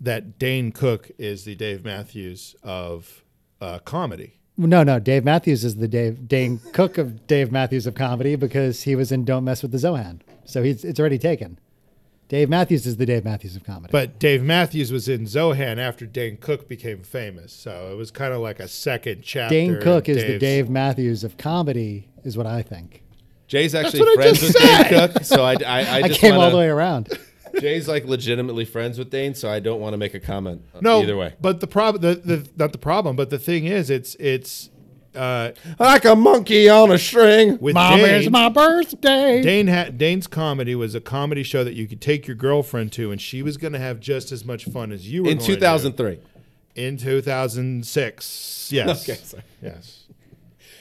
S4: that Dane Cook is the Dave Matthews of uh, comedy.
S3: No, no. Dave Matthews is the Dave Dane Cook of Dave Matthews of comedy because he was in Don't Mess with the Zohan. So he's it's already taken. Dave Matthews is the Dave Matthews of comedy.
S4: But Dave Matthews was in Zohan after Dane Cook became famous, so it was kind of like a second chapter.
S3: Dane Cook
S4: in
S3: is the
S4: Dave's-
S3: Dave Matthews of comedy, is what I think.
S2: Jay's actually
S4: what I
S2: friends with
S4: just
S2: Dane Cook, so I, I, I
S3: I
S2: just
S3: came all
S2: wanna,
S3: the way around.
S2: Jay's like legitimately friends with Dane, so I don't want to make a comment. uh,
S4: No,
S2: either way,
S4: But the problem, the, the not the problem, but the thing is, it's it's uh,
S2: like a monkey on a string.
S4: with
S3: Mom,
S4: Dane,
S3: it's my birthday.
S4: Dane had Dane's comedy was a comedy show that you could take your girlfriend to, and she was going to have just as much fun as you were
S2: In
S4: going to.
S2: 2003,
S4: in 2006. Yes.
S2: Okay, sorry.
S4: Yes.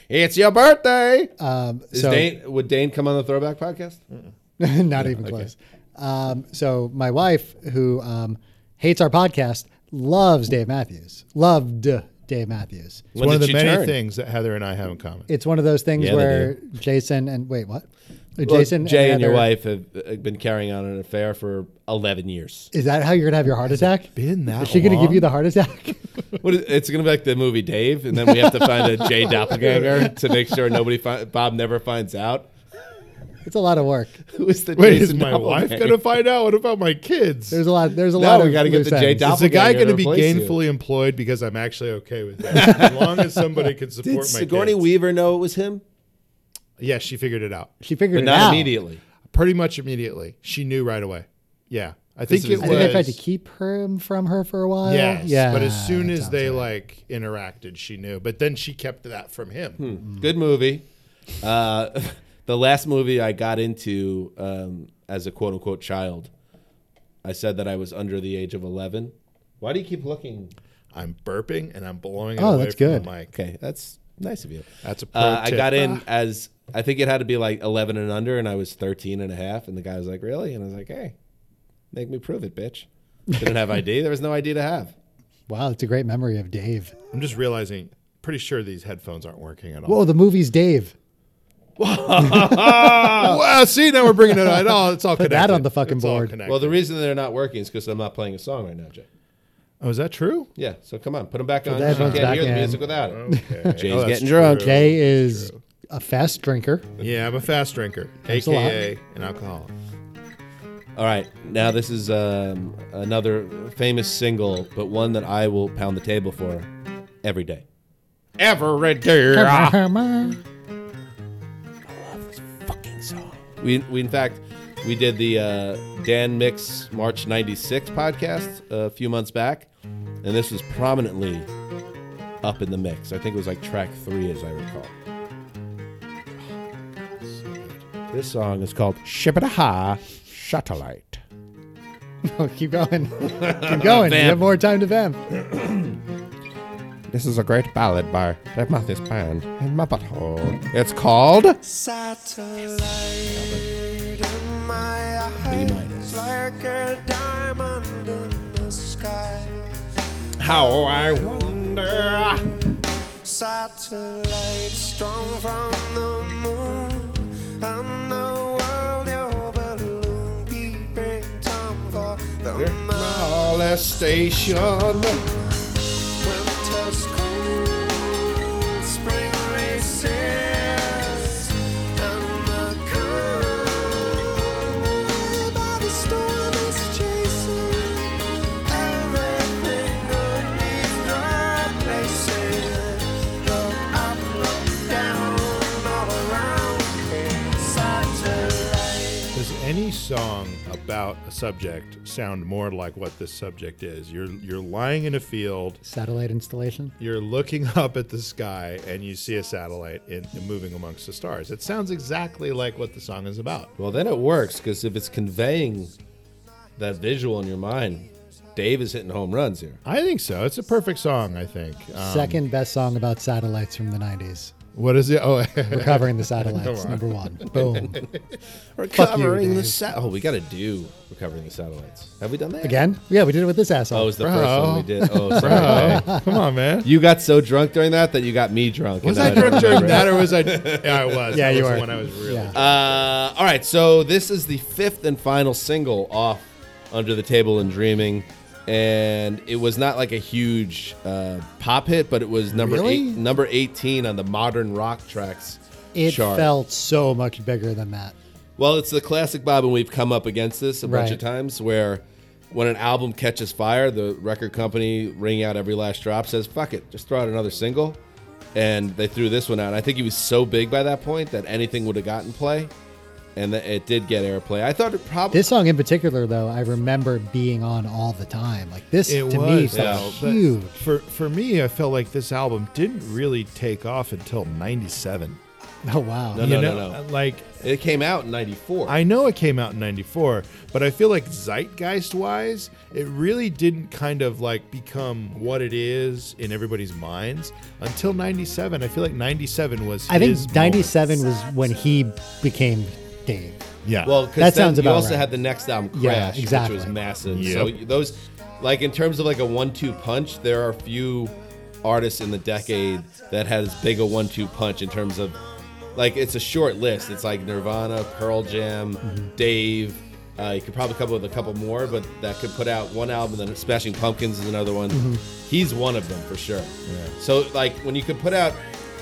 S2: it's your birthday.
S3: Um,
S2: Is
S3: so
S2: Dane, would Dane come on the Throwback Podcast?
S3: not even close. Um, so my wife, who um, hates our podcast, loves Dave Matthews. Loved Dave Matthews.
S4: It's one
S2: did
S4: of the
S2: she
S4: many
S2: turn?
S4: things that Heather and I have in common.
S3: It's one of those things
S2: Yeah, they
S3: where Jason and wait, what?
S2: Well,
S3: Jason,
S2: Jay, and your
S3: Heather-
S2: wife have uh, been carrying on an affair for 11 years.
S3: Is that how you're gonna have your heart attack?
S4: been that
S3: Is she gonna give
S4: long?
S3: you the heart attack?
S2: What is, it's gonna be like the movie Dave, and then we have to find a Jay doppelganger to make sure nobody fi- Bob never finds out.
S3: it's a lot of work.
S2: Who is the
S4: Wait, is
S2: Jason
S4: my wife
S2: doppelganger?
S4: going to find out? What about my kids?
S3: There's a lot. There's a
S2: No,
S3: lot.
S2: we
S3: of
S2: gotta get
S3: loose
S2: the Jay
S3: ends.
S2: Doppel-
S4: is the guy
S2: doppelganger
S4: going to be
S2: replace you?
S4: gainfully employed because I'm actually okay with that? as long as somebody can support
S2: Did
S4: my
S2: Sigourney
S4: kids.
S2: Weaver know it was him?
S4: yeah, she figured it out
S3: She figured
S2: But
S3: it
S2: not
S3: out.
S2: immediately.
S4: pretty much immediately. She knew right away. Yeah, I think
S2: of
S4: it
S2: his
S3: I think I tried
S4: was.
S3: to keep him from her for a while.
S4: Yes,
S3: yeah.
S4: but as soon
S3: that
S4: as
S3: sounds
S4: they
S3: right.
S4: like interacted, she knew. But then she kept that from him.
S2: Good movie. Uh, the last movie I got into um, as a quote unquote child, I said that I was under the age of 11. Why do you keep looking?
S4: I'm burping and I'm blowing it
S3: Oh,
S4: away
S3: that's
S4: from
S3: good.
S4: the mic.
S2: Okay, that's nice of you.
S4: That's a pro
S2: Uh, I
S4: tip.
S2: got in as I think it had to be like 11 and under, and I was 13 and a half. And the guy was like, Really? And I was like, Hey, make me prove it, bitch. Didn't have ID. There was no ID to have.
S3: Wow, it's a great memory of Dave.
S4: I'm just realizing. Pretty sure these headphones aren't working at all.
S3: Whoa, the movie's Dave.
S4: Wow, see, now we're bringing it up. It all, it's all
S3: Put that
S4: connected.
S3: on the fucking
S4: It's all
S3: board.
S4: connected.
S2: Well, the reason they're not working is because I'm not playing a song right now, Jay.
S4: oh, is that true?
S2: Yeah, so come on, put them back on.
S3: the
S2: You can't
S3: headphones back
S2: hear the
S3: in.
S2: music without it. Jay's
S4: that's
S2: getting drunk.
S4: true.
S3: Jay is a fast drinker.
S4: Yeah, I'm a fast drinker,
S3: a lot.
S4: aka an alcoholic.
S2: All right, now this is um, another famous single, but one that I will pound the table for every day.
S4: Every day.
S2: We, we in fact, we did the uh, Dan Mix March '96 podcast a few months back, and this was prominently up in the mix. I think it was like track three, as I recall. This song is called "Shippadaha Satellite."
S3: Oh, keep going. keep going. You have more time to vamp.
S2: This is a great ballad by Dave Matthews Band and my butthole. It's called
S7: Satellite in my eyes, like a diamond in the sky.
S2: How I Wonder.
S7: Satellite strong from the moon, and the world your balloon, peeping tom for the
S2: Molestation.
S7: Winter's cold, spring races, and the calm by the storm is chasing everything beneath the places. Look up, look down,
S4: any song about a subject sound more like what this subject is? You're you're lying in a field,
S3: Satellite installation.
S4: you're looking up at the sky, and you see a satellite in, moving amongst the stars. It sounds exactly like what the song is about.
S2: Well, then it works because if it's conveying that visual in your mind, Dave is hitting home runs here.
S4: I think so. It's a perfect song. I think. Um,
S3: Second best song about satellites from the 90s.
S4: what is it? Oh,
S3: Recovering the satellites, number one. Boom.
S2: Recovering the
S3: Dave.
S2: sat. Oh, we got to do recovering the satellites. Have we done that
S3: Again? Yeah, we did it with this
S2: Oh, it
S3: asshole.
S2: was the
S4: Bro.
S2: first one we did. Oh, sorry. Dave.
S4: come on, man.
S2: You got so drunk during that that you got me drunk.
S4: Was
S2: and now
S4: I
S2: don't
S4: drunk during
S2: remember it.
S4: that, or was I? Yeah, I was.
S3: Yeah,
S4: That
S3: you
S4: was
S3: were.
S4: the When I was really.
S3: Yeah.
S2: Uh, all right, so this is the fifth and final single off Under the Table and Dreaming. And it was not like a huge uh, pop hit, but it was number
S3: Really?
S2: eight, number 18 on the modern rock tracks
S3: it
S2: chart.
S3: felt so much bigger than that.
S2: Well, it's the classic Bob, and we've come up against this a bunch
S3: Right.
S2: of times where when an album catches fire, the record company ringing out every last drop says, fuck it, just throw out another single. And they threw this one out. And I think he was so big by that point that anything would have gotten play. And th- it did get airplay. I thought it probably.
S3: This song in particular, though, I remember being on all the time. Like this,
S4: It
S3: to me,
S4: was
S3: felt
S4: though, but
S3: huge.
S4: For for me, I felt like this album didn't really take off until '97.
S3: Oh wow!
S2: No, no,
S4: You know,
S2: no, no.
S4: like
S2: It came out in 94.
S4: I know it came out in '94, but I feel like zeitgeist-wise, it really didn't kind of like become what it is in everybody's minds until '97. I feel like '97 was.
S3: I
S4: his
S3: think
S4: moment.
S3: '97 was when he became Dave.
S4: Yeah.
S2: Well, 'cause
S3: That
S2: then
S3: sounds
S2: you
S3: about
S2: also
S3: right.
S2: had the next album Crash,
S3: Yeah,
S2: which was
S3: exactly.
S2: massive.
S4: Yep.
S2: So you- those, like in terms of like a one-two punch, there are few artists in the decade that had as big a one-two punch in terms of, like it's a short list. It's like Nirvana, Pearl Jam,
S4: Mm-hmm.
S2: Dave. Uh, you could probably come up with a couple more, but that could put out one album. Then Smashing Pumpkins is another one.
S4: Mm-hmm.
S2: He's one of them for sure. So like when you could put out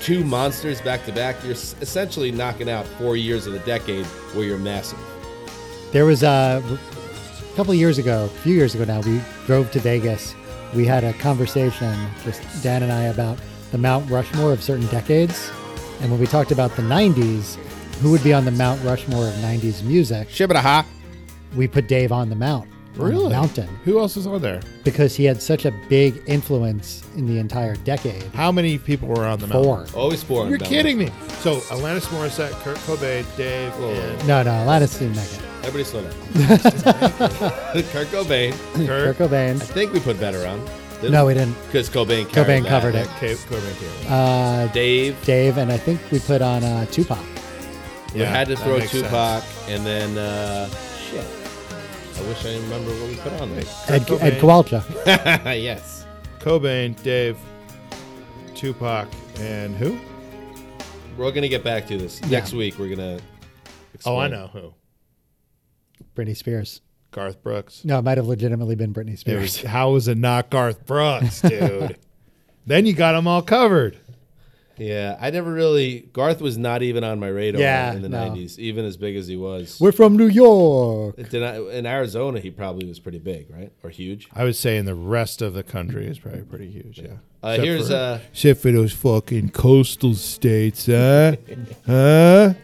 S2: two monsters back to back, you're s- essentially knocking out four years of the decade where you're massive.
S3: There was uh, a couple of years ago, a few years ago now, we drove to Vegas. We had a conversation, just Dan and I, about the Mount Rushmore of certain decades. And when we talked about the 90s, who would be on the Mount Rushmore of 90s music?
S2: Shibadaha.
S3: We put Dave on the Mount. on the
S4: really?
S3: mountain.
S4: Who else was on there?
S3: Because he had such a big influence in the entire decade.
S4: How many people were on the
S3: Four.
S4: mountain?
S2: Always four.
S4: You're kidding me. So Alanis Morissette, Kurt Cobain, Dave,
S2: Whoa.
S4: and
S3: No, no, Alanis didn't make it.
S2: Everybody slow down. Kurt Cobain.
S4: Kurt.
S3: Kurt
S2: I
S3: Cobain.
S2: think we put better on.
S3: No, we didn't.
S2: Because Cobain
S3: Cobain covered it.
S4: Ca- Cobain came.
S3: Uh,
S2: Dave.
S3: Dave, and I think we put on uh, Tupac.
S2: we had to
S4: that
S2: throw
S4: makes sense.
S2: Tupac, and then uh, shit. I wish I remember what we put on
S3: Ed,
S4: Kurt
S3: Ed
S4: Cobain.
S3: Kowalczyk.
S2: there. yes.
S4: Cobain, Dave, Tupac, and who?
S2: We're gonna get back to this next week. We're gonna.
S4: Oh, I
S2: explain.
S4: know who.
S3: Britney Spears.
S4: Garth Brooks.
S3: No, it might have legitimately been Britney
S4: It
S3: Spears.
S4: was, how was it not Garth Brooks, dude? then you got them all covered.
S2: Yeah, I never really. Garth was not even on my radar
S3: Yeah,
S2: in the
S3: no.
S2: '90s, even as big as he was.
S3: We're from New York.
S2: It did not- in Arizona, he probably was pretty big, right? Or huge.
S4: I would say in the rest of the country is probably pretty huge. Yeah.
S2: Uh,
S4: Except
S2: here's,
S4: for,
S2: uh,
S4: except for those fucking coastal states, huh? huh?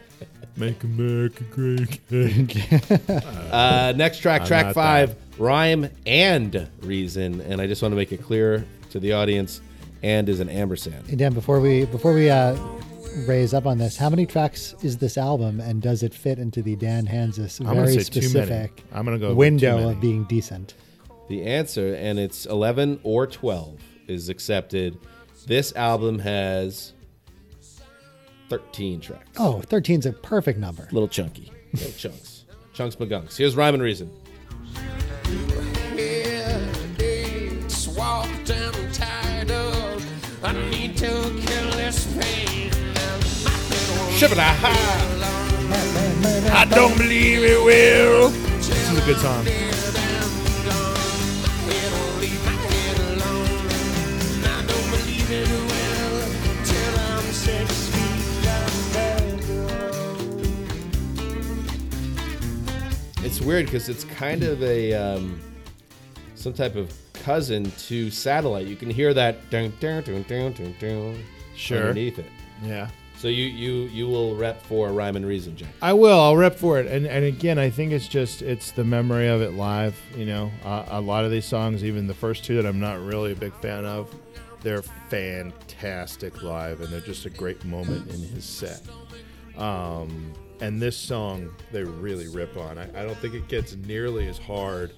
S4: Make America great again.
S2: Uh, next track, track
S4: not
S2: five, rhyme and reason. And I just want to make it clear to the audience, and is an ampersand.
S3: And Dan, before we before we uh, raise up on this, how many tracks is this album, and does it fit into the Dan Hansis
S4: I'm gonna
S3: very
S4: say too many.
S3: specific
S4: I'm gonna go with too
S3: window
S4: many.
S3: of being decent?
S2: The answer, and it's 11 or 12, is accepted. This album has 13 tracks.
S3: Oh, 13's a perfect number.
S2: Little chunky. Little chunks. Chunks McGunks. Here's rhyme and reason.
S7: It's walked and tied up. I need to kill this pain.
S2: Shibadaha!
S5: I don't believe it will.
S4: This is a good song.
S7: It'll leave my head alone. I don't believe it will till I'm six feet under.
S2: It's weird because it's kind of a um, some type of cousin to satellite. You can hear that dun, dun, dun, dun, dun, dun
S4: Sure.
S2: underneath it.
S4: Yeah.
S2: So you you you will rep for rhyme and reason, Jack.
S4: I will. I'll rep for it. And and again, I think it's just it's the memory of it live. You know, uh, a lot of these songs, even the first two that I'm not really a big fan of, they're fantastic live, and they're just a great moment in his set. Um, and this song, they really rip on. I, I don't think it gets nearly as hard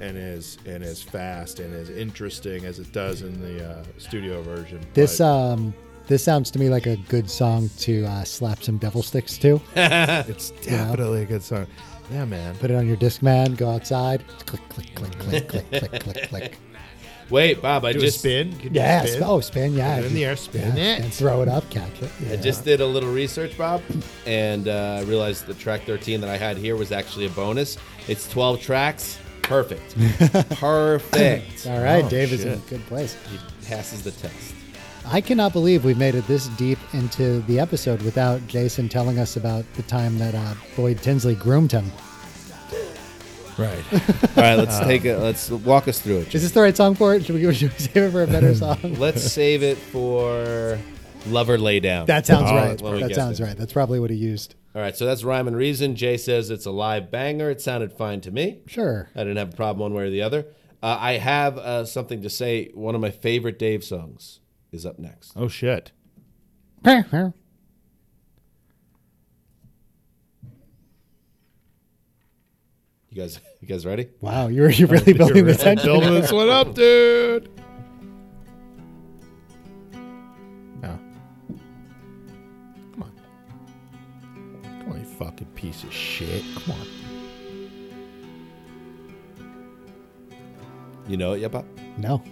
S4: and as and as fast and as interesting as it does in the uh, studio version.
S3: This
S4: but
S3: um this sounds to me like a good song to uh, slap some devil sticks to. uh,
S4: it's definitely a good song. Yeah, man.
S3: Put it on your disc man, go outside. Click, click, click, click, click, click, click, click.
S2: Wait, Bob, I
S4: Do
S2: just
S4: a spin. Could you
S3: Yes.
S4: spin?
S3: Oh, spin, yeah.
S4: Put it in the air, spin
S3: Yeah,
S4: it.
S3: And throw it up, catch it.
S2: I
S3: Yeah.
S2: just did a little research, Bob, and uh, I realized the track 13 that I had here was actually a bonus. It's 12 tracks. Perfect. Perfect.
S3: All right,
S4: Oh,
S3: Dave is in a
S4: shit.
S3: good place.
S2: He passes the test.
S3: I cannot believe we've made it this deep into the episode without Jason telling us about the time that uh, Boyd Tinsley groomed him.
S4: Right.
S2: All right, let's take a let's walk us through it.
S3: Is this the right song for it? Should we, should we save it for a better song?
S2: Let's save it for Lover Lay Down.
S3: That sounds
S2: Oh,
S3: right.
S2: that's what we
S3: That
S2: guessed
S3: sounds
S2: it.
S3: right. That's probably what he used.
S2: All right, so that's Rhyme and Reason. Jay says it's a live banger. It sounded fine to me.
S3: Sure.
S2: I didn't have a problem one way or the other. Uh, I have uh, something to say. One of my favorite Dave songs is up next.
S4: Oh shit.
S2: You guys, you guys ready?
S3: Wow, you're, you're really building the tension.
S4: Building this one up, dude. No. Come on. Come on, you fucking piece of shit. Come on.
S2: You know it, yeah, Bob?
S3: No.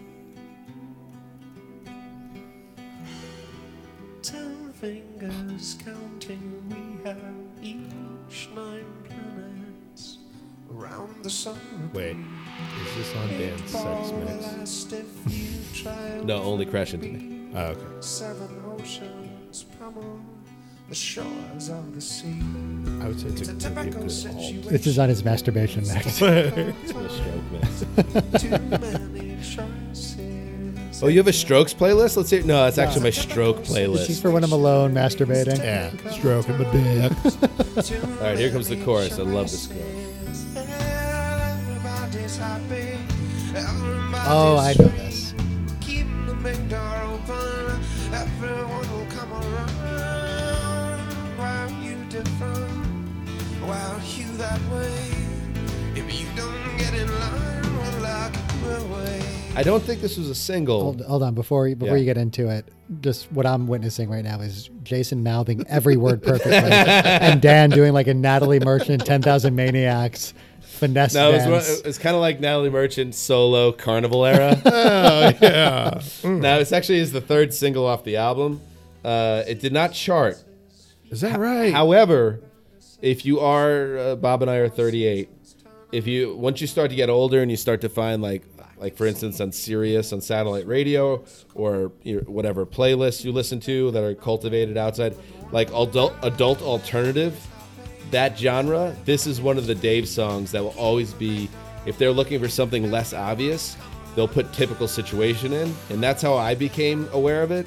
S7: Ten fingers counting, we have each nine planets around the sun.
S4: Wait. Is this on Dan's sex mix?
S7: Last if you try
S2: No, only Crash Into Me.
S4: Oh, okay.
S7: seven oceans pummel the shores of the sea.
S4: I would say it's a, it's
S7: It's a
S4: a good
S7: typical
S4: alt.
S7: situation.
S3: This is on his masturbation next.
S2: The stroke mix.
S7: Too many choices.
S2: Oh, you have a Strokes playlist? Let's hear. No, that's actually my Stroke
S3: this is
S2: playlist.
S3: for when I'm alone masturbating.
S4: Yeah. Stroking my dick.
S7: Too
S2: All right, here comes the
S7: many
S2: chorus. I love this chorus.
S7: choices. Everybody's happy.
S3: Oh, I
S7: Everybody's
S3: know this.
S7: Keep the big door open. Everyone will come around. Why are you different? Why are you that way? If you don't get in line, we'll lock you away.
S2: I don't think this was a single.
S3: Hold, hold on, before you, before
S2: Yeah.
S3: you get into it, just what I'm witnessing right now is Jason mouthing every word perfectly, and Dan doing like a Natalie Merchant, Ten Thousand Maniacs, finesse
S2: No, it
S3: dance.
S2: was, it was kind of like Natalie Merchant solo Carnival era. oh yeah. now this actually is the third single off the album. Uh, it did not chart.
S4: Is that right?
S2: However, if you are uh, Bob and I are 38, if you once you start to get older and you start to find like like for instance on Sirius on satellite radio or your, whatever playlists you listen to that are cultivated outside like adult adult alternative that genre this is one of the Dave songs that will always be if they're looking for something less obvious they'll put typical situation in and that's how I became aware of it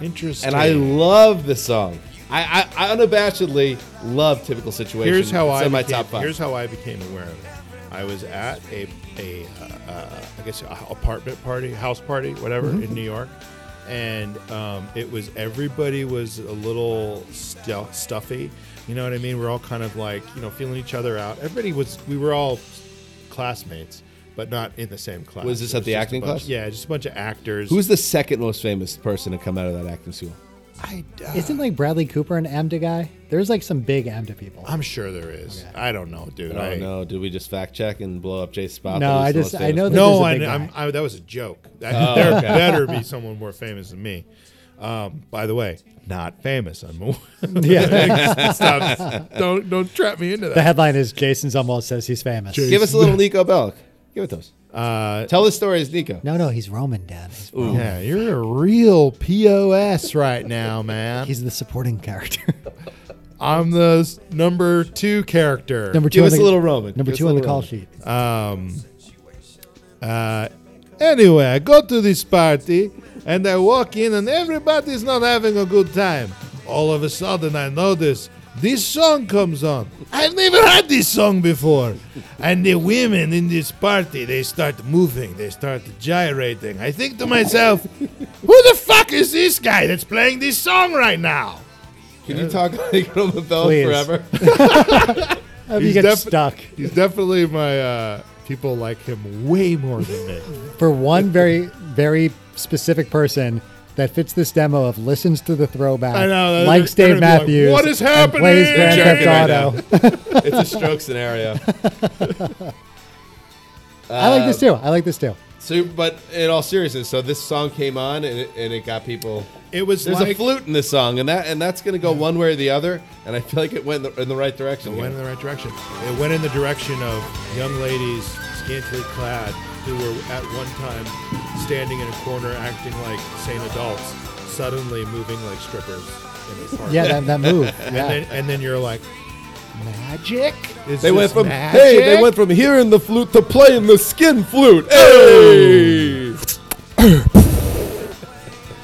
S4: Interesting.
S2: and I love this song. I, I, I unabashedly love typical situation.
S4: Here's how
S2: it's
S4: I
S2: in my
S4: became,
S2: top five.
S4: Here's how I became aware of it. I was at a a uh, uh, I guess a apartment party, house party, whatever
S2: Mm-hmm.
S4: in New York, and um, it was everybody was a little stu- stuffy. You know what I mean? We're all kind of like you know feeling each other out. Everybody was we were all classmates, but not in the same class.
S2: Was this
S4: It
S2: at the
S4: just a
S2: acting
S4: bunch-
S2: class?
S4: Yeah, just a bunch of actors.
S2: Who's the second most famous person to come out of that acting school?
S4: I, uh,
S3: Isn't like Bradley Cooper an AMDA guy? There's like some big AMDA people.
S4: I'm sure there is. I don't know, dude.
S2: I
S4: I
S2: don't know. Did we just fact check and blow up Jay Spot?
S3: No, I just- I know that-
S4: No,
S3: There's
S4: I,
S3: a big
S4: I'm,
S3: guy.
S4: I, that was a joke. That- there better be someone more famous than me. Um, by the way, not famous. I'm
S3: yeah.
S4: Stop. Don't don't trap me into
S3: the
S4: that.
S3: headline is Jason's almost says he's famous.
S2: Give us a little Nico Bellic. Give it to us.
S4: Uh,
S2: Tell the story as Nico.
S3: No, no, he's Roman, Dan. He's,
S4: yeah, you're a real pos right now, man.
S3: he's the supporting character.
S4: I'm the s- number two character.
S3: number two.
S2: Give
S3: on
S2: us
S3: the,
S2: a little Roman.
S3: Number
S2: Give us
S3: two
S2: a
S3: on the
S2: little
S3: call
S2: Roman.
S3: sheet.
S4: Anyway, I go to this party and I walk in and everybody's not having a good time. All of a sudden, I notice this song comes on. I've never heard this song before. And the women in this party, they start moving, they start gyrating. I think to myself, who the fuck is this guy that's playing this song right now?
S2: Can you talk like Roman Bell
S3: Please.
S2: forever?
S3: If you
S4: He's
S3: get
S4: defi-
S3: stuck
S4: He's definitely my uh, people like him way more than me.
S3: for one very, very specific person that fits this demo of listens to the throwback,
S4: I know, they're-
S3: likes
S4: they're
S3: Dave
S4: gonna be
S3: Matthews,
S4: like, "What is
S3: and
S4: happening?"
S3: plays Grand
S4: Jerking
S3: Theft Auto.
S2: it's a stroke scenario.
S3: I like
S4: Uh,
S3: this too. I like this too.
S2: So, but in all seriousness, so this song came on and it, and it got people.
S4: It was
S2: There's
S4: like
S2: a flute in this song, and that and that's gonna go one way or the other. And I feel like it went in the, in the right direction.
S4: It
S2: here.
S4: went in the right direction. It went in the direction of young ladies, scantily clad, who were at one time standing in a corner acting like sane adults, suddenly moving like strippers in this park.
S3: Yeah, that, that move.
S4: And
S3: Yeah.
S4: then, and then you're like, magic? Is
S2: They went
S4: this
S2: from
S4: magic?
S2: hey, they went from hearing the flute to playing the skin flute. Hey,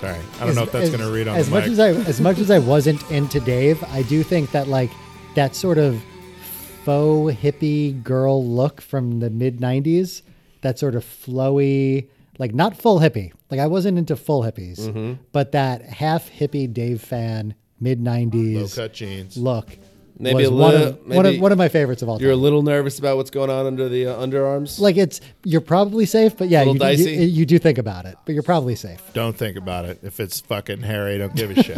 S4: Sorry, I don't know if
S3: As-
S4: that's gonna read on
S3: as
S4: the
S3: much
S4: mic.
S3: as I as much as I wasn't into Dave. I do think that like that sort of faux hippie girl look from the mid '90s, that sort of flowy, like not full hippie. Like I wasn't into full hippies,
S4: Mm-hmm.
S3: but that half hippie Dave fan mid
S4: Low
S3: '90s
S4: cut jeans.
S3: look
S2: Maybe
S3: was
S2: a
S3: one,
S2: little-
S3: of, one of
S2: maybe
S3: one of my favorites of all time.
S2: you're a little nervous about what's going on under the uh, underarms.
S3: like it's you're probably safe, but yeah, you,
S2: Little
S3: do- you,
S2: dicey.
S3: you do think about it, but you're probably safe.
S4: Don't think about it. If it's fucking hairy, don't give a shit.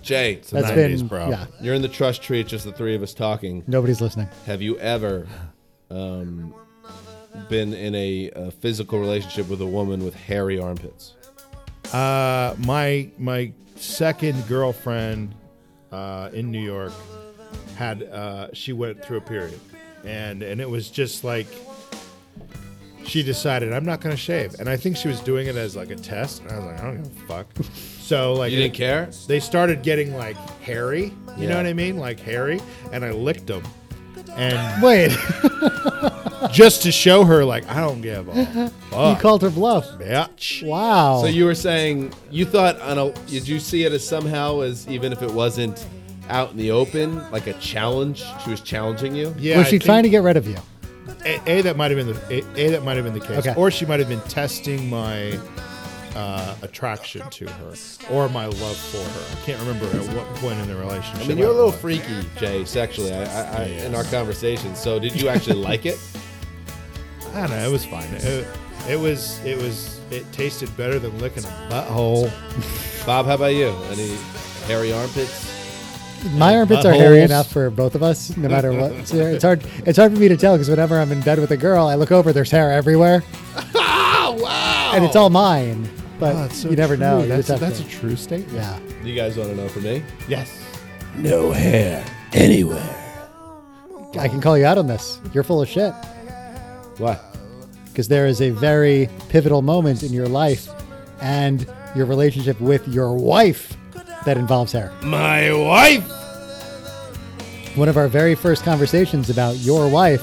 S2: Jay,
S4: The
S3: That's
S4: 90s
S3: been
S4: problem.
S3: yeah.
S2: you're in the trust tree. It's just the three of us talking.
S3: Nobody's listening.
S2: Have you ever um, been in a, uh physical relationship with a woman with hairy armpits?
S4: Uh, my my second girlfriend uh, in New York had uh, she went through a period, and and it was just like she decided I'm not gonna shave, and I think she was doing it as like a test, and I was like I don't give a fuck. So like
S2: You didn't care?
S4: They started getting like hairy, you
S2: Yeah.
S4: know what I mean, like hairy, and I licked them, and
S3: Wait,
S4: just to show her like I don't give a
S3: you
S4: fuck,
S3: called her bluff.
S4: bitch.
S3: Wow.
S2: So you were saying you thought on a did you see it as somehow as even if it wasn't out in the open like a challenge? She was challenging you.
S4: Yeah,
S3: was
S4: I
S3: she
S4: think-
S3: trying to get rid of you?
S4: A, a that might have been the a, a that might have been the case,
S3: Okay.
S4: or she might have been testing my uh, attraction to her or my love for her. I can't remember at what point in the relationship.
S2: I mean, you're a little
S4: was.
S2: freaky, Jay, sexually. I, I, I, in our conversation. So, did you actually like it?
S4: I don't know. It was fine. It, it was. It was. It tasted better than licking a butthole.
S2: Bob, how about you? Any hairy armpits?
S3: My armpits are hairy
S4: buttholes.
S3: enough for both of us, no matter what. It's, it's hard. It's hard for me to tell because whenever I'm in bed with a girl, I look over. There's hair everywhere,
S4: Oh wow! Oh,
S3: and it's all mine. But
S4: That's so
S3: you never
S4: true.
S3: know. You
S4: That's,
S3: just have
S4: that's a
S3: to-
S4: true statement.
S3: yeah.
S2: You guys want to know from me?
S4: Yes.
S5: No hair anywhere.
S3: I can call you out on this. You're full of shit
S2: What?
S3: because there is a very pivotal moment in your life and your relationship with your wife that involves hair.
S4: My wife.
S3: One of our very first conversations about your wife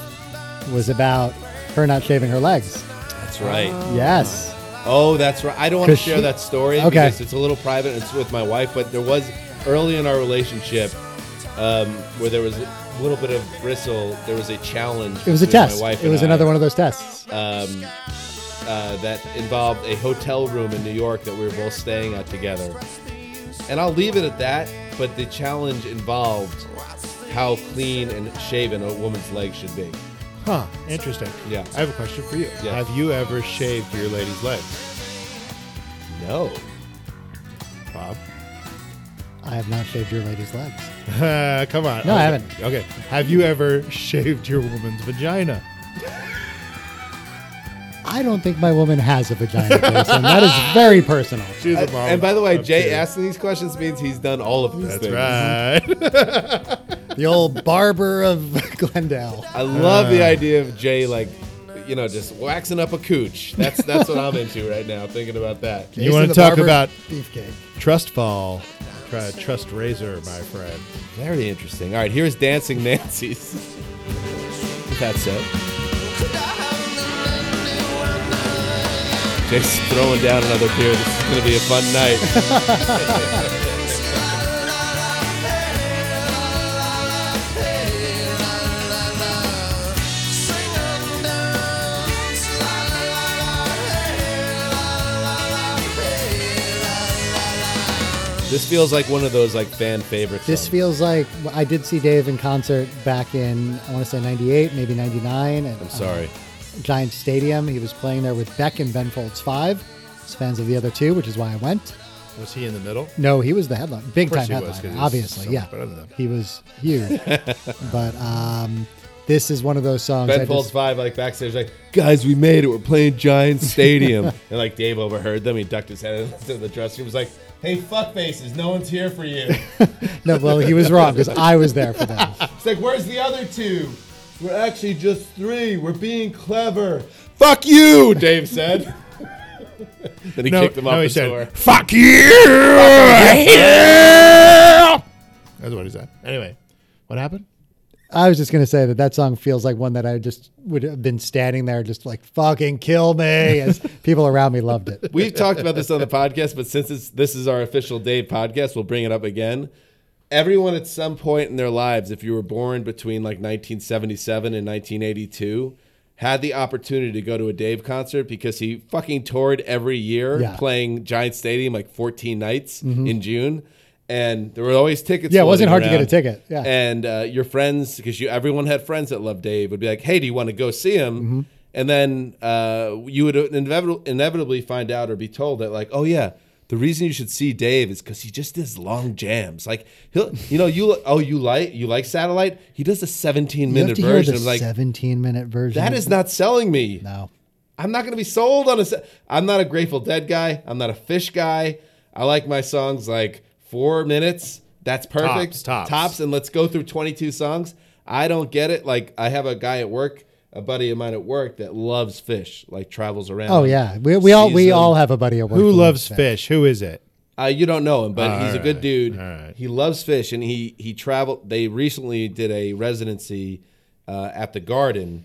S3: was about her not shaving her legs.
S2: That's right.
S3: Yes.
S2: Oh, that's right. I don't want to
S3: 'Cause
S2: share
S3: she-
S2: that story
S3: Okay.
S2: because it's a little private. and It's with my wife, but there was early in our relationship um, where there was a little bit of bristle. There was a challenge.
S3: It was a
S2: between my
S3: test.
S2: wife
S3: It was
S2: and I,
S3: another one of those tests.
S2: um, uh, that involved a hotel room in New York that we were both staying at together. And I'll leave it at that, but the challenge involved how clean and shaven a woman's leg should be.
S4: Huh. Interesting.
S2: Yeah.
S4: I have a question for you.
S2: Yeah.
S4: Have you ever shaved your lady's legs,
S2: No.
S4: Bob?
S3: I have not shaved your lady's legs.
S4: Uh, come on.
S3: No, I
S4: Okay.
S3: haven't.
S4: Okay. Have you ever shaved your woman's vagina?
S3: I don't think my woman has a vagina, Jason. that is very personal.
S4: She's a mom.
S2: And by the way,
S4: of
S2: Jay
S4: two.
S2: asking these questions means he's done all of these
S4: That's
S2: things.
S4: right.
S3: The old barber of Glendale.
S2: I love the
S4: Uh.
S2: idea of Jay like, you know, just waxing up a cooch. That's that's what I'm into right now. Thinking about that.
S4: You wanna talk about-
S3: beefcake?
S4: trust fall. Try a trust razor, my friend.
S2: Very interesting. All right, here's dancing Nancy's. That's it. Jake's throwing down another beer. This is gonna be a fun night.
S7: La la la
S2: This feels like one of those like fan favorites.
S3: This feels like I did see Dave in concert back in I want to say '98, maybe '99.
S2: I'm sorry.
S4: uh,
S3: Giant Stadium. He was playing there with Beck and Ben Folds Five. As fans of the other two, which is why I went.
S4: Was he in the middle?
S3: No, he was the headline, big
S4: course
S3: time
S4: he was,
S3: headline.
S4: 'cause he's so
S3: obviously,
S4: much
S3: yeah,
S4: better than them.
S3: he was huge. but um, this is one of those songs. I
S2: Ben
S3: just-
S2: Folds Five like backstage like guys we made it we're playing Giant Stadium and like Dave overheard them he ducked his head into the dressing room was like hey fuck faces no one's here for you
S3: no, well, he was wrong because I was there for that.
S2: it's like where's the other two we're actually just three we're being clever fuck you Dave said then he kicked him off the tour
S4: "Fuck you!" That's what he said. Anyway, what happened?
S3: I was just gonna say that that song feels like one that I just would have been standing there, just like fucking kill me, as people around me loved it.
S2: We've talked about this on the podcast, but since it's, this is our official Dave podcast, we'll bring it up again. Everyone at some point in their lives, if you were born between like 1977 and 1982, had the opportunity to go to a Dave concert because he fucking toured every year
S3: Yeah. Mm-hmm.
S2: playing Giant Stadium like 14 nights in June. And there were always tickets.
S3: Yeah, it wasn't
S2: floating
S3: hard to get a
S2: around.
S3: ticket, yeah.
S2: And uh, your friends, because you everyone had friends that loved Dave, would be like, "Hey, do you want to go see him?"
S3: Mm-hmm.
S2: And then uh, you would inevit- inevitably find out or be told that, like, "Oh yeah, the reason you should see Dave is because he just does long jams. Like he'll, you know, you oh you like you like Satellite? He does a 17
S3: You have
S2: minute
S3: to hear
S2: version.
S3: the
S2: of like,
S3: 17 minute version.
S2: that is not selling me.
S3: no.
S2: I'm not going to be sold on a. se- I'm not a Grateful Dead guy. I'm not a Fish guy. I like my songs like four minutes. That's perfect.
S4: Tops, tops.
S2: and let's go through 22 songs. I don't get it. Like I have a guy at work, a buddy of mine at work that loves Fish. Like travels around.
S3: Oh yeah, we, we all
S2: sees
S3: we
S2: them.
S3: all have a buddy at work
S4: Who
S3: that
S4: loves
S3: that.
S4: fish? Who is it?
S2: Uh, you don't know him, but he's a
S4: right,
S2: good dude.
S4: all right.
S2: He loves fish, and he he traveled. They recently did a residency uh, at the Garden.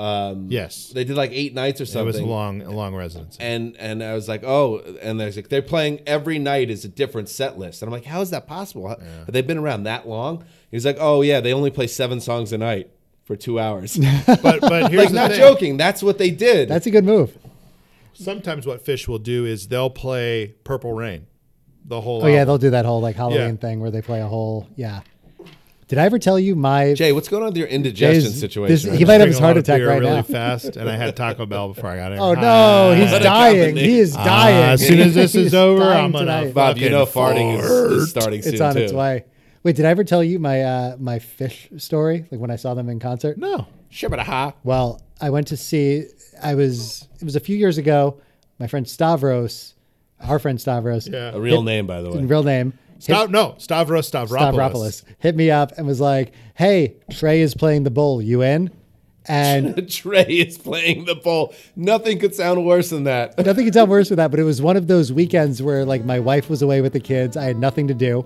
S2: Um,
S4: Yes,
S2: They did like eight nights or
S4: it
S2: something.
S4: was a long, a long residence.
S2: and and I was like, oh, and there's like they're playing every night is a different set list, and I'm like, how is that possible? How- Have they been around that long? He's like, oh yeah, they only play seven songs a night for two hours. like,
S4: But but here's the
S2: not
S4: thing.
S2: joking, that's what they did.
S3: That's a good move.
S4: Sometimes what fish will do is they'll play Purple Rain, the whole.
S3: Oh yeah,
S4: album.
S3: they'll do that whole like Halloween thing where they play a whole yeah. Did I ever tell you my
S2: Jay, what's going on with your indigestion
S3: Jay's-
S2: situation?
S3: this-
S2: right
S3: he
S2: now?
S3: might have his
S4: drinking a
S3: heart
S4: lot of
S3: attack
S4: beer
S3: right
S4: really
S3: now.
S4: fast, and I had Taco Bell before I got here.
S3: Oh no, he's
S2: What a
S3: dying.
S2: combination.
S3: He is dying.
S4: Ah, as soon as this
S3: He's
S4: is over,
S3: dying
S4: I'm gonna
S3: tonight.
S2: Bob, you know farting
S4: fucking
S2: is, is starting soon
S3: It's on
S2: too.
S3: its way. Wait, did I ever tell you my uh, my fish story? Like when I saw them in concert?
S4: No,
S2: Shibba-da-ha.
S3: Well, I went to see. I was. It was a few years ago. My friend Stavros, our friend Stavros,
S4: Yeah.
S2: A real name, by the way.
S3: real name. hit-
S4: Stav- no, Stavros Stavropoulos.
S3: Stavropoulos hit me up and was like, "Hey, Trey is playing the bowl. You in?" And
S2: Trey is playing the bowl. Nothing could sound worse than that.
S3: nothing could sound worse than that. But it was one of those weekends where like my wife was away with the kids. I had nothing to do,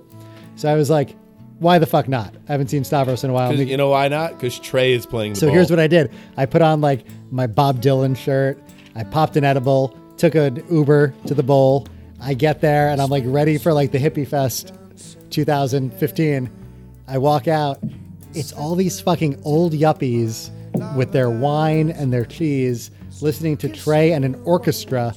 S3: so I was like, "Why the fuck not?" I haven't seen Stavros in a while. Let me-
S2: You know why not? Because Trey is playing the
S3: So
S2: bowl.
S3: here's what I did. I put on like my Bob Dylan shirt. I popped an edible, took an Uber to the bowl. I get there and I'm like ready for like the Hippie Fest 2015. I walk out. It's all these fucking old yuppies with their wine and their cheese listening to Trey and an orchestra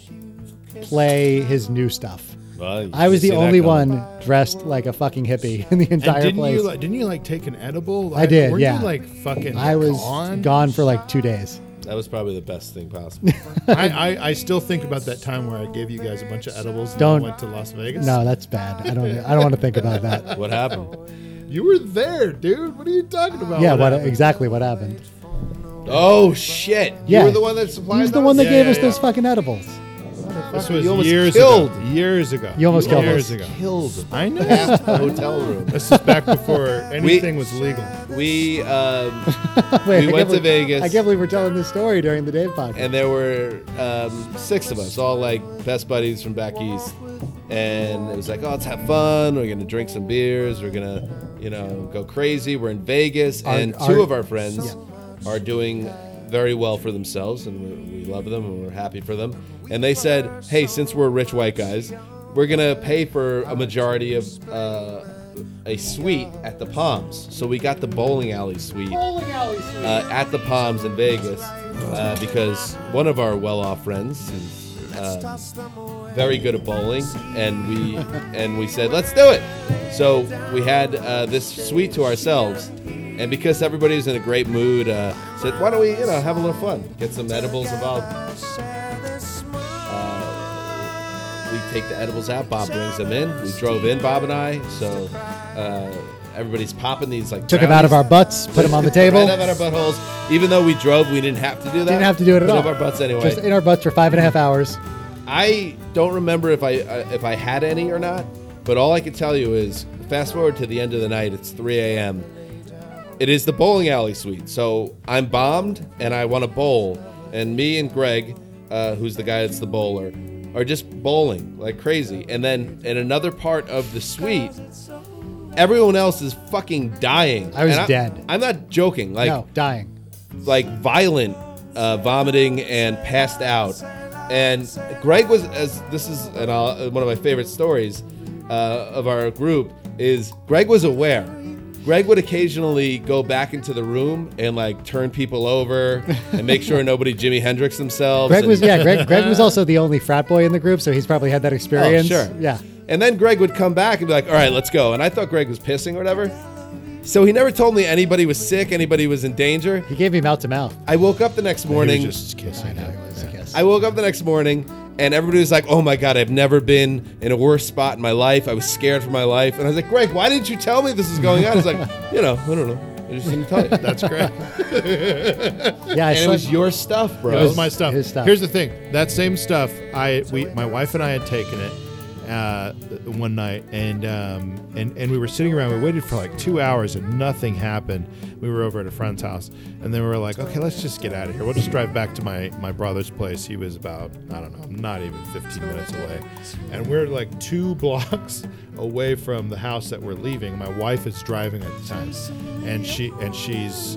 S3: play his new stuff.
S2: Well,
S3: I was
S2: you
S3: the
S2: see that
S3: only
S2: coming.
S3: one dressed like a fucking hippie in the
S4: And
S3: entire
S4: didn't
S3: place.
S4: you like, didn't you like take an edible?
S3: I did,
S4: Were
S3: yeah.
S4: you like fucking?
S3: I was
S4: gone.
S3: gone for like two days.
S2: That was probably the best thing possible.
S4: I, I I still think about that time where I gave you guys a bunch of edibles. and
S3: Don't-
S4: I went to Las Vegas.
S3: No, that's bad. I don't. I don't want to think about that.
S2: what happened?
S4: you were there, dude. What are you talking about?
S3: Yeah, what
S4: happened?
S3: exactly what happened?
S2: Oh shit!
S3: Yeah,
S2: you were the one that supplied.
S3: He's the
S2: those?
S3: one that
S4: Yeah,
S3: gave
S4: yeah,
S3: us those
S4: yeah.
S3: fucking edibles.
S4: This was
S2: You almost
S4: years
S2: killed.
S4: ago. Years ago.
S3: You almost killed
S4: years
S3: us.
S4: ago.
S2: killed
S4: I know.
S2: half the hotel room.
S4: this is back before anything was legal.
S2: We um,
S3: Wait,
S2: We
S3: I can't
S2: went to
S3: believe-
S2: Vegas.
S3: I can't believe we're telling this story during the Dave podcast.
S2: and there were um, six of us, all like best buddies from back east. And it was like, oh, let's have fun. We're gonna drink some beers. We're gonna, you know, go crazy. We're in Vegas,
S3: Our-
S2: and two
S3: our-
S2: of our friends are doing very well for themselves, and we, we love them, and we're happy for them. And they said, hey, since we're rich white guys, we're gonna pay for a majority of uh, a suite at the Palms. So we got the bowling alley suite uh, at the Palms in Vegas uh, because one of our well-off friends, who's very good at bowling, and we and we said, let's do it. So we had uh, this suite to ourselves, and because everybody was in a great mood, uh, said, why don't we, you know, have a little fun, get some edibles involved. Uh, we take the edibles out. Bob brings them in. We drove in, Bob and I. So uh, everybody's popping these like
S3: Took them out of
S2: brownies.
S3: our butts, put them on the table.
S2: Right up at our buttholes. Even though we drove, we didn't have to do that.
S3: Didn't have to do it at
S2: Put
S3: all.
S2: up our butts anyway.
S3: Just in our butts for five and a half hours.
S2: I don't remember if I uh, if I had any or not, but all I can tell you is fast forward to the end of the night. It's 3 a.m. It is the bowling alley suite, so I'm bombed and I want to bowl. And me and Greg, uh, who's the guy that's the bowler, are just bowling like crazy. And then in another part of the suite, everyone else is fucking dying.
S3: I was
S2: And
S3: dead.
S2: I'm not joking. Like
S3: no, dying.
S2: like violent uh, vomiting and passed out. And Greg was as this is an, uh, one of my favorite stories uh, of our group is Greg was aware. Greg would occasionally go back into the room and like turn people over and make sure nobody Jimi Hendrix themselves.
S3: Greg
S2: and-
S3: was yeah. Greg, Greg was also the only frat boy in the group, so he's probably had that experience.
S2: Oh, sure.
S3: Yeah.
S2: And then Greg would come back and be like, all right, let's go. And I thought Greg was pissing or whatever. So he never told me anybody was sick, anybody was in danger.
S3: He gave me mouth to mouth.
S2: I woke up the next morning.
S4: He was just kissing. it.
S2: I woke up the next morning and everybody was like, "Oh my god, I've never been in a worse spot in my life. I was scared for my life." And I was like, "Greg, why didn't you tell me this was going on?" He's like, "You know, I don't know. I just didn't tell you."
S4: That's great.
S3: Yeah, I
S2: and it was
S3: slept-
S2: your stuff, bro.
S4: That was my stuff.
S3: his stuff.
S4: Here's the thing. That same stuff. I we my wife and I had taken it uh, one night, and um, and and we were sitting around. We waited for like two hours, and nothing happened. We were over at a friend's house, and then we were like, okay, let's just get out of here. We'll just drive back to my my brother's place. He was about I don't know, not even 15 minutes away, and we're like two blocks away from the house that we're leaving. My wife is driving at the time, and she and she's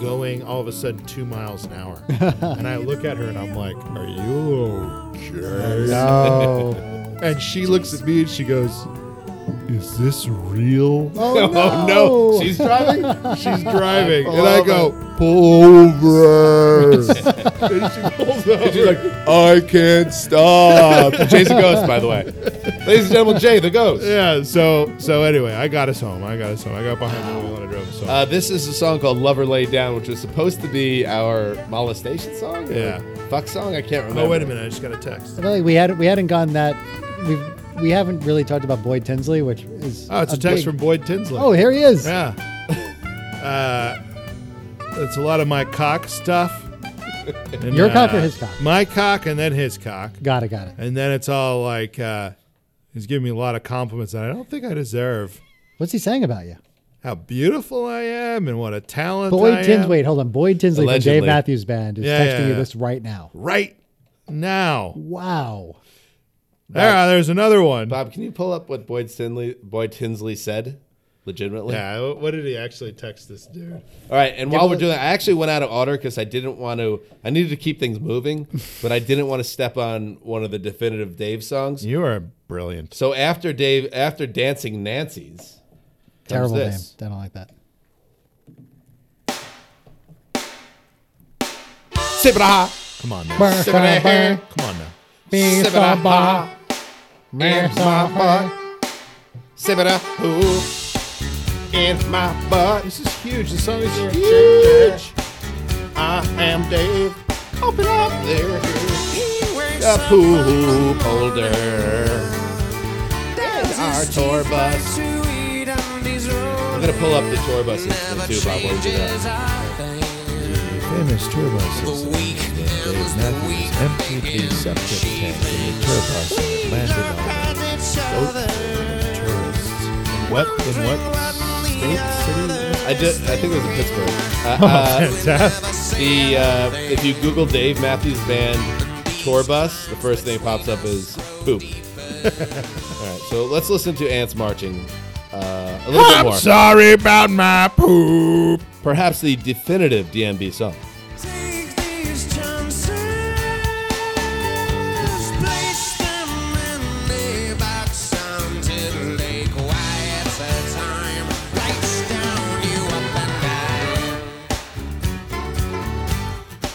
S4: going all of a sudden two miles an hour. and I look at her and I'm like, "Are you okay?"
S3: No.
S4: And she looks at me and she goes, "Is this real?"
S3: Oh, no.
S2: Oh no, she's driving.
S4: She's driving, and
S2: love
S4: I go, "Pull over." and she pulls over.
S2: She's like, "I can't stop." Jay's a ghost, by the way. Ladies and gentlemen, Jay the ghost.
S4: yeah. So so anyway, I got us home. I got us home. I got behind the wheel and I drove us home.
S2: Uh, this is a song called "Lover Laid Down," which was supposed to be our molestation song. or
S4: Yeah.
S2: fuck song. I can't remember.
S4: oh wait a minute, I just got a text.
S3: Really, we had we hadn't gone that we we haven't really talked about Boyd Tinsley, which is
S4: Oh, it's a, text
S3: big-
S4: from Boyd Tinsley.
S3: Oh, here he is.
S4: yeah. Uh, it's a lot of my cock stuff. And, uh,
S3: Your cock or his cock?
S4: My cock and then his cock.
S3: Got it, got it.
S4: And then it's all like, uh, he's giving me a lot of compliments that I don't think I deserve.
S3: What's he saying about you?
S4: How beautiful I am and what a talent I
S3: Boyd
S4: am.
S3: Tinsley. Wait, hold on. Boyd Tinsley
S2: Allegedly.
S3: from Dave Matthews Band is
S4: Yeah,
S3: texting
S4: yeah,
S3: you
S4: yeah.
S3: this right now.
S4: Right now.
S3: Wow.
S4: There, there's another one.
S2: Bob, can you pull up what Boyd Tinsley, Boyd Tinsley said legitimately?
S4: Yeah, what did he actually text this dude?
S2: All right, and while
S3: but
S2: we're
S3: the-
S2: doing that, I actually went out of order because I didn't want to. I needed to keep things moving, but I didn't want to step on one of the definitive Dave songs.
S4: You are brilliant.
S2: So after Dave, after dancing Nancy's, comes
S3: Terrible name.
S2: this.
S3: I don't like that.
S2: Sip it ah,
S4: Come on now.
S3: Burr,
S2: sip it ah,
S3: burr,
S4: Come on now.
S3: burr,
S2: sip it ah, ah,
S3: burr,
S2: in my butt, sip it ah, ooh, in my butt.
S4: This is huge. This song is huge. I am Dave.
S2: Open up there, the poop holder, and our tour bus. I'm gonna pull up the tour bus system too, Bob. While we do that.
S4: Famous turbo system. Dave Matthews MTP septic tank in the turbo system landed on tourists. What in what state city?
S2: I did. I think it was in Pittsburgh. Uh, uh,
S4: Fantastic.
S2: the uh, if you Google Dave Matthews Band tour bus, the first thing that pops up is poop. All right, so let's listen to ants marching uh, a little bit more.
S4: Sorry about my poop.
S2: Perhaps the definitive DMB song.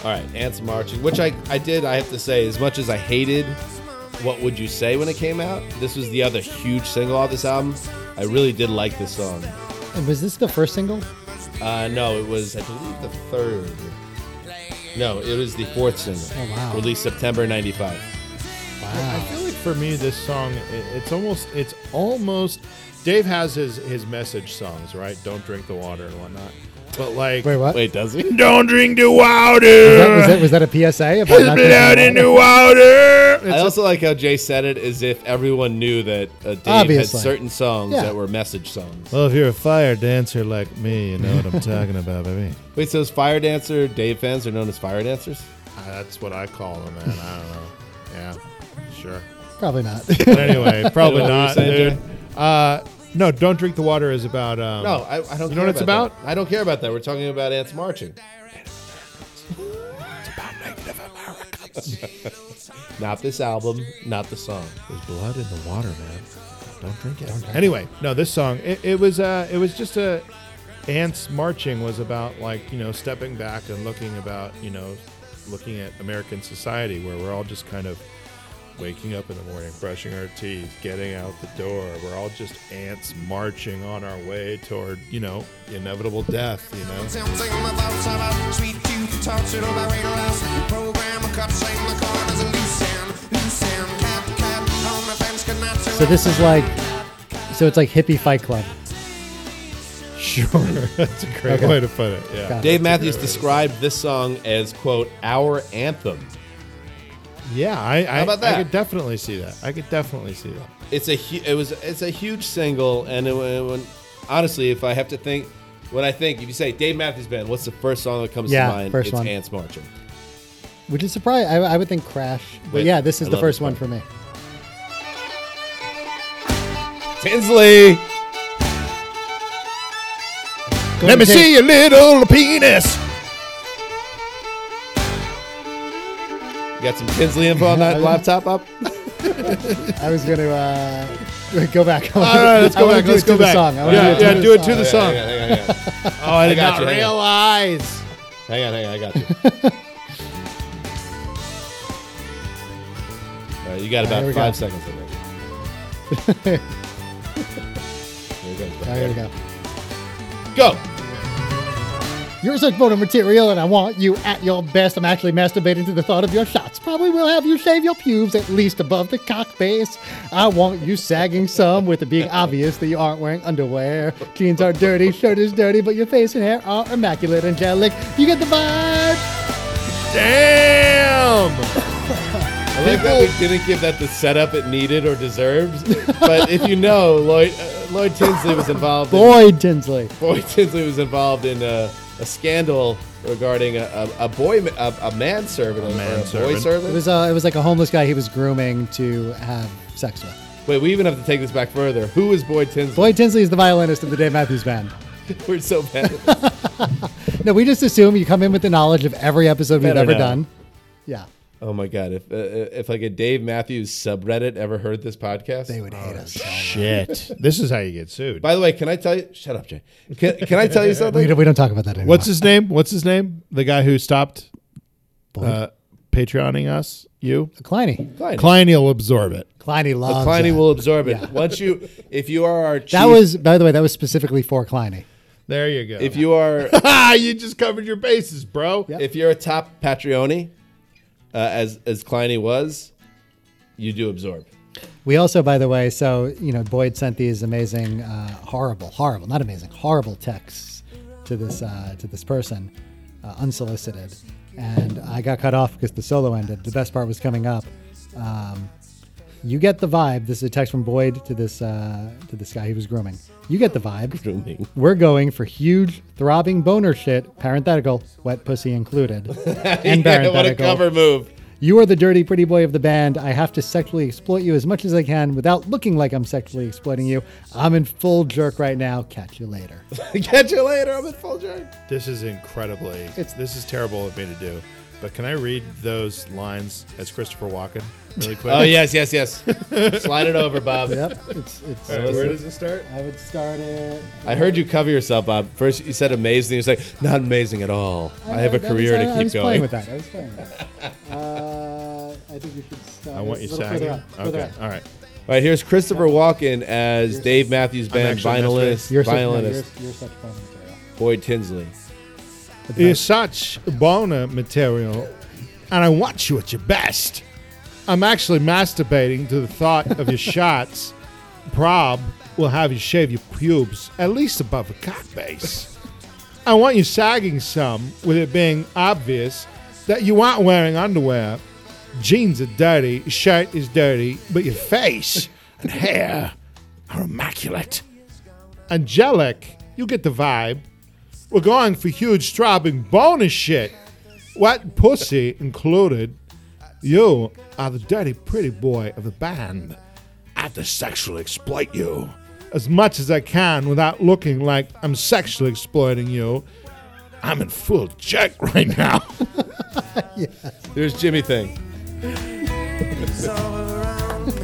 S2: All right, ants marching, which I I did. I have to say, as much as I hated "What Would You Say" when it came out, this was the other huge single off this album. I really did like this song.
S3: And was this the first single?
S2: Uh, no, it was I believe the third. No, it was the fourth single.
S3: Oh, wow.
S2: Released September '95.
S4: I feel like for me, this song it, it's almost it's almost Dave has his his message songs right. Don't drink the water and whatnot. But like,
S3: Wait, what?
S2: Wait, does he?
S4: don't drink the
S3: Was, that, was,
S4: water.
S3: that, was that a PSA about not drinking
S4: Blood
S3: water?
S4: in the water.
S2: I also like how Jay said it as if everyone knew that uh, Dave
S3: Obviously.
S2: had certain songs
S3: Yeah.
S2: that were message songs.
S4: Well, if you're a fire dancer like me, you know what I'm talking about, baby.
S2: Wait, so is Fire Dancer Dave fans are known as Fire Dancers?
S4: Ah, That's what I call them, man. I don't know. Yeah, sure.
S3: Probably not.
S4: But anyway, probably
S2: What were you
S4: not,
S2: saying,
S4: dude. Uh, no, don't drink the water is about. Um,
S2: No, I, I don't. care
S4: You know what it's
S2: about?
S4: about?
S2: that. I don't care about that. We're talking about ants marching. not this album, not the song.
S4: There's blood in the water, man. Don't drink it. Anyway, no, this song it, it was uh, it was just a ants marching was about like you know stepping back and looking about you know looking at American society where we're all just kind of waking up in the morning, brushing our teeth, getting out the door. We're all just ants marching on our way toward you know inevitable death. You know.
S7: Tempting my thoughts about sweet tooth, tortured by rain rouse. Program a cup, shame the corners, and loose end, loose end. Cat, cat, on the fence, could not
S3: So this is like, so it's like hippie Fight Club.
S4: Sure, that's a great
S3: Okay.
S4: way to put it. Yeah.
S3: Got it.
S2: Dave Matthews described this song as "quote our anthem."
S4: Yeah, I, I,
S2: about that?
S4: I could definitely see that. I could definitely see that.
S2: It's a hu- it was it's a huge single, and it, it- when, honestly, if I have to think, when I think, if you say Dave Matthews Band, what's the first song that comes
S3: Yeah,
S2: to mind?
S3: first
S2: it's
S3: one.
S2: Ants Marching.
S3: Which is surprising. I, I would think Crash. But
S2: Wait,
S3: yeah, this is
S2: I
S3: the
S2: love
S3: first
S2: this
S3: one
S2: part.
S3: for me.
S2: Tinsley.
S4: Let me see your little penis.
S2: You got some Tinsley info on that laptop up?
S3: I was going to uh, wait, go back. All
S4: All right, let's go back. Let's go back.
S3: Song. I wanna
S4: yeah,
S3: do it to the
S4: yeah, do it
S3: song.
S4: to the song.
S2: Hang on, hang on, hang on.
S4: Oh, I did
S2: got
S4: not
S2: you, hang on.
S4: realize.
S2: Hang on, hang on, I got you. All right, you got about
S3: All right, here we
S2: five
S3: go.
S2: seconds of it. Here it goes.
S3: All right, here we go.
S2: Go.
S3: You're such boner material, and I want you at your best. I'm actually masturbating to the thought of your shots. Probably will have you shave your pubes at least above the cock base. I want you sagging some with it being obvious that you aren't wearing underwear. Jeans are dirty, shirt is dirty, but your face and hair are immaculate, angelic. You get the vibe.
S4: Damn.
S2: I like that we didn't give that the setup it needed or deserves. but if you know, Lloyd uh, Lloyd Tinsley was involved. in-
S3: Boyd Tinsley.
S2: Boyd Tinsley was involved in a, a scandal regarding a, a, a boy ma- a, a manservant or a boy
S4: manservant.
S2: servant.
S3: It was uh, it was like a homeless guy he was grooming to have sex with.
S2: Wait, we even have to take this back further. Who is Boyd Tinsley?
S3: Boyd Tinsley is the violinist of the Dave Matthews Band.
S2: We're so bad. at this.
S3: No, we just assume you come in with the knowledge of every episode we've
S2: Better
S3: ever
S2: now.
S3: done. Yeah,
S2: Oh my god! If uh, if like a Dave Matthews subreddit ever heard this podcast,
S3: they would hate us.
S4: Shit. This is how you get sued.
S2: By the way, can I tell you? Shut up, Jay. Can, can I tell you
S3: We
S2: something?
S3: don't, we don't talk about that anymore.
S4: What's his name? What's his name? The guy who stopped uh, Patreoning us. You.
S3: Kleiny?
S2: Klein.
S4: Klein will absorb it.
S3: Kleiny loves.
S2: Kleiny
S3: that.
S2: will absorb it. Once you, if you are our chief,
S3: That was, by the way, that was specifically for Kleiny.
S4: There you go.
S2: if you are,
S4: ah, you just covered your bases, bro.
S2: if you're a top Patreoni, uh, as as Kleiny was, you do absorb.
S3: We also, by the way, so you know, Boyd sent these amazing, uh, horrible, horrible, not amazing, horrible texts to this uh, to this person, uh, unsolicited, and I got cut off because the solo ended. The best part was coming up. Um, you get the vibe. This is a text from Boyd to this uh, to this guy he was grooming. You get the vibe.
S2: Grooming.
S3: We're going for huge, throbbing boner shit. Parenthetical, wet pussy included. And
S2: Yeah, what a
S3: parenthetical.
S2: cover move.
S3: You are the dirty pretty boy of the band. I have to sexually exploit you as much as I can without looking like I'm sexually exploiting you. I'm in full jerk right now. Catch you later.
S2: Catch you later. I'm in full charge.
S4: This is incredibly.
S3: It's-
S4: this is terrible of me to do. But can I read those lines as Christopher Walken really quick?
S2: Oh yes, yes, yes. Slide it over, Bob.
S3: Yep. It's, it's,
S4: All right, where does it start?
S3: I would start it.
S2: I heard you cover yourself, Bob. First you said amazing. You say not amazing at all. I have a
S3: that
S2: career
S3: was- uh, I,
S2: to
S3: I
S2: keep
S3: was playing
S2: going.
S3: with that. I was playing with that. Uh, I think we should start.
S4: I want you
S3: this a little
S4: sagging.
S3: further
S4: Okay,
S3: up, further up.
S4: all right.
S2: All right, here's Christopher Walken as Dave Matthews Band
S4: actually messed
S2: violinist,
S4: with-
S3: You're such, no, you're,
S2: violinist
S3: you're such fun material.
S2: Boyd Tinsley.
S4: You're such boner material, and I want you at your best. I'm actually masturbating to the thought of your shots. Prob will have you shave your pubes at least above a cock base. I want you sagging some, with it being obvious that you aren't wearing underwear. Jeans are dirty, shirt is dirty, but your face and hair are immaculate. Angelic, you get the vibe. We're going for huge throbbing bonus shit. What pussy included? You are the dirty pretty boy of the band. I have to sexually exploit you as much as I can without looking like I'm sexually exploiting you. I'm in full check right now.
S2: There's Jimmy Thing. that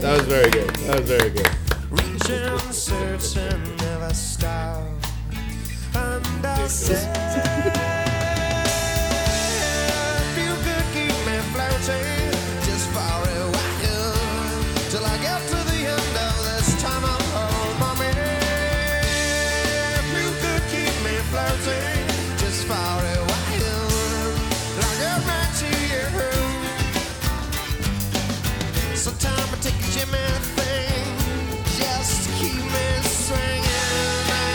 S2: was very good. That was very good.
S7: Reaching, searching, never stop. And I said, if you could keep me floating just far away till I get to the end of this time I'm home, mommy. If you could keep me floating just far away till I get back to you. Sometimes I take a Jimmy thing, just keep me swinging. I'd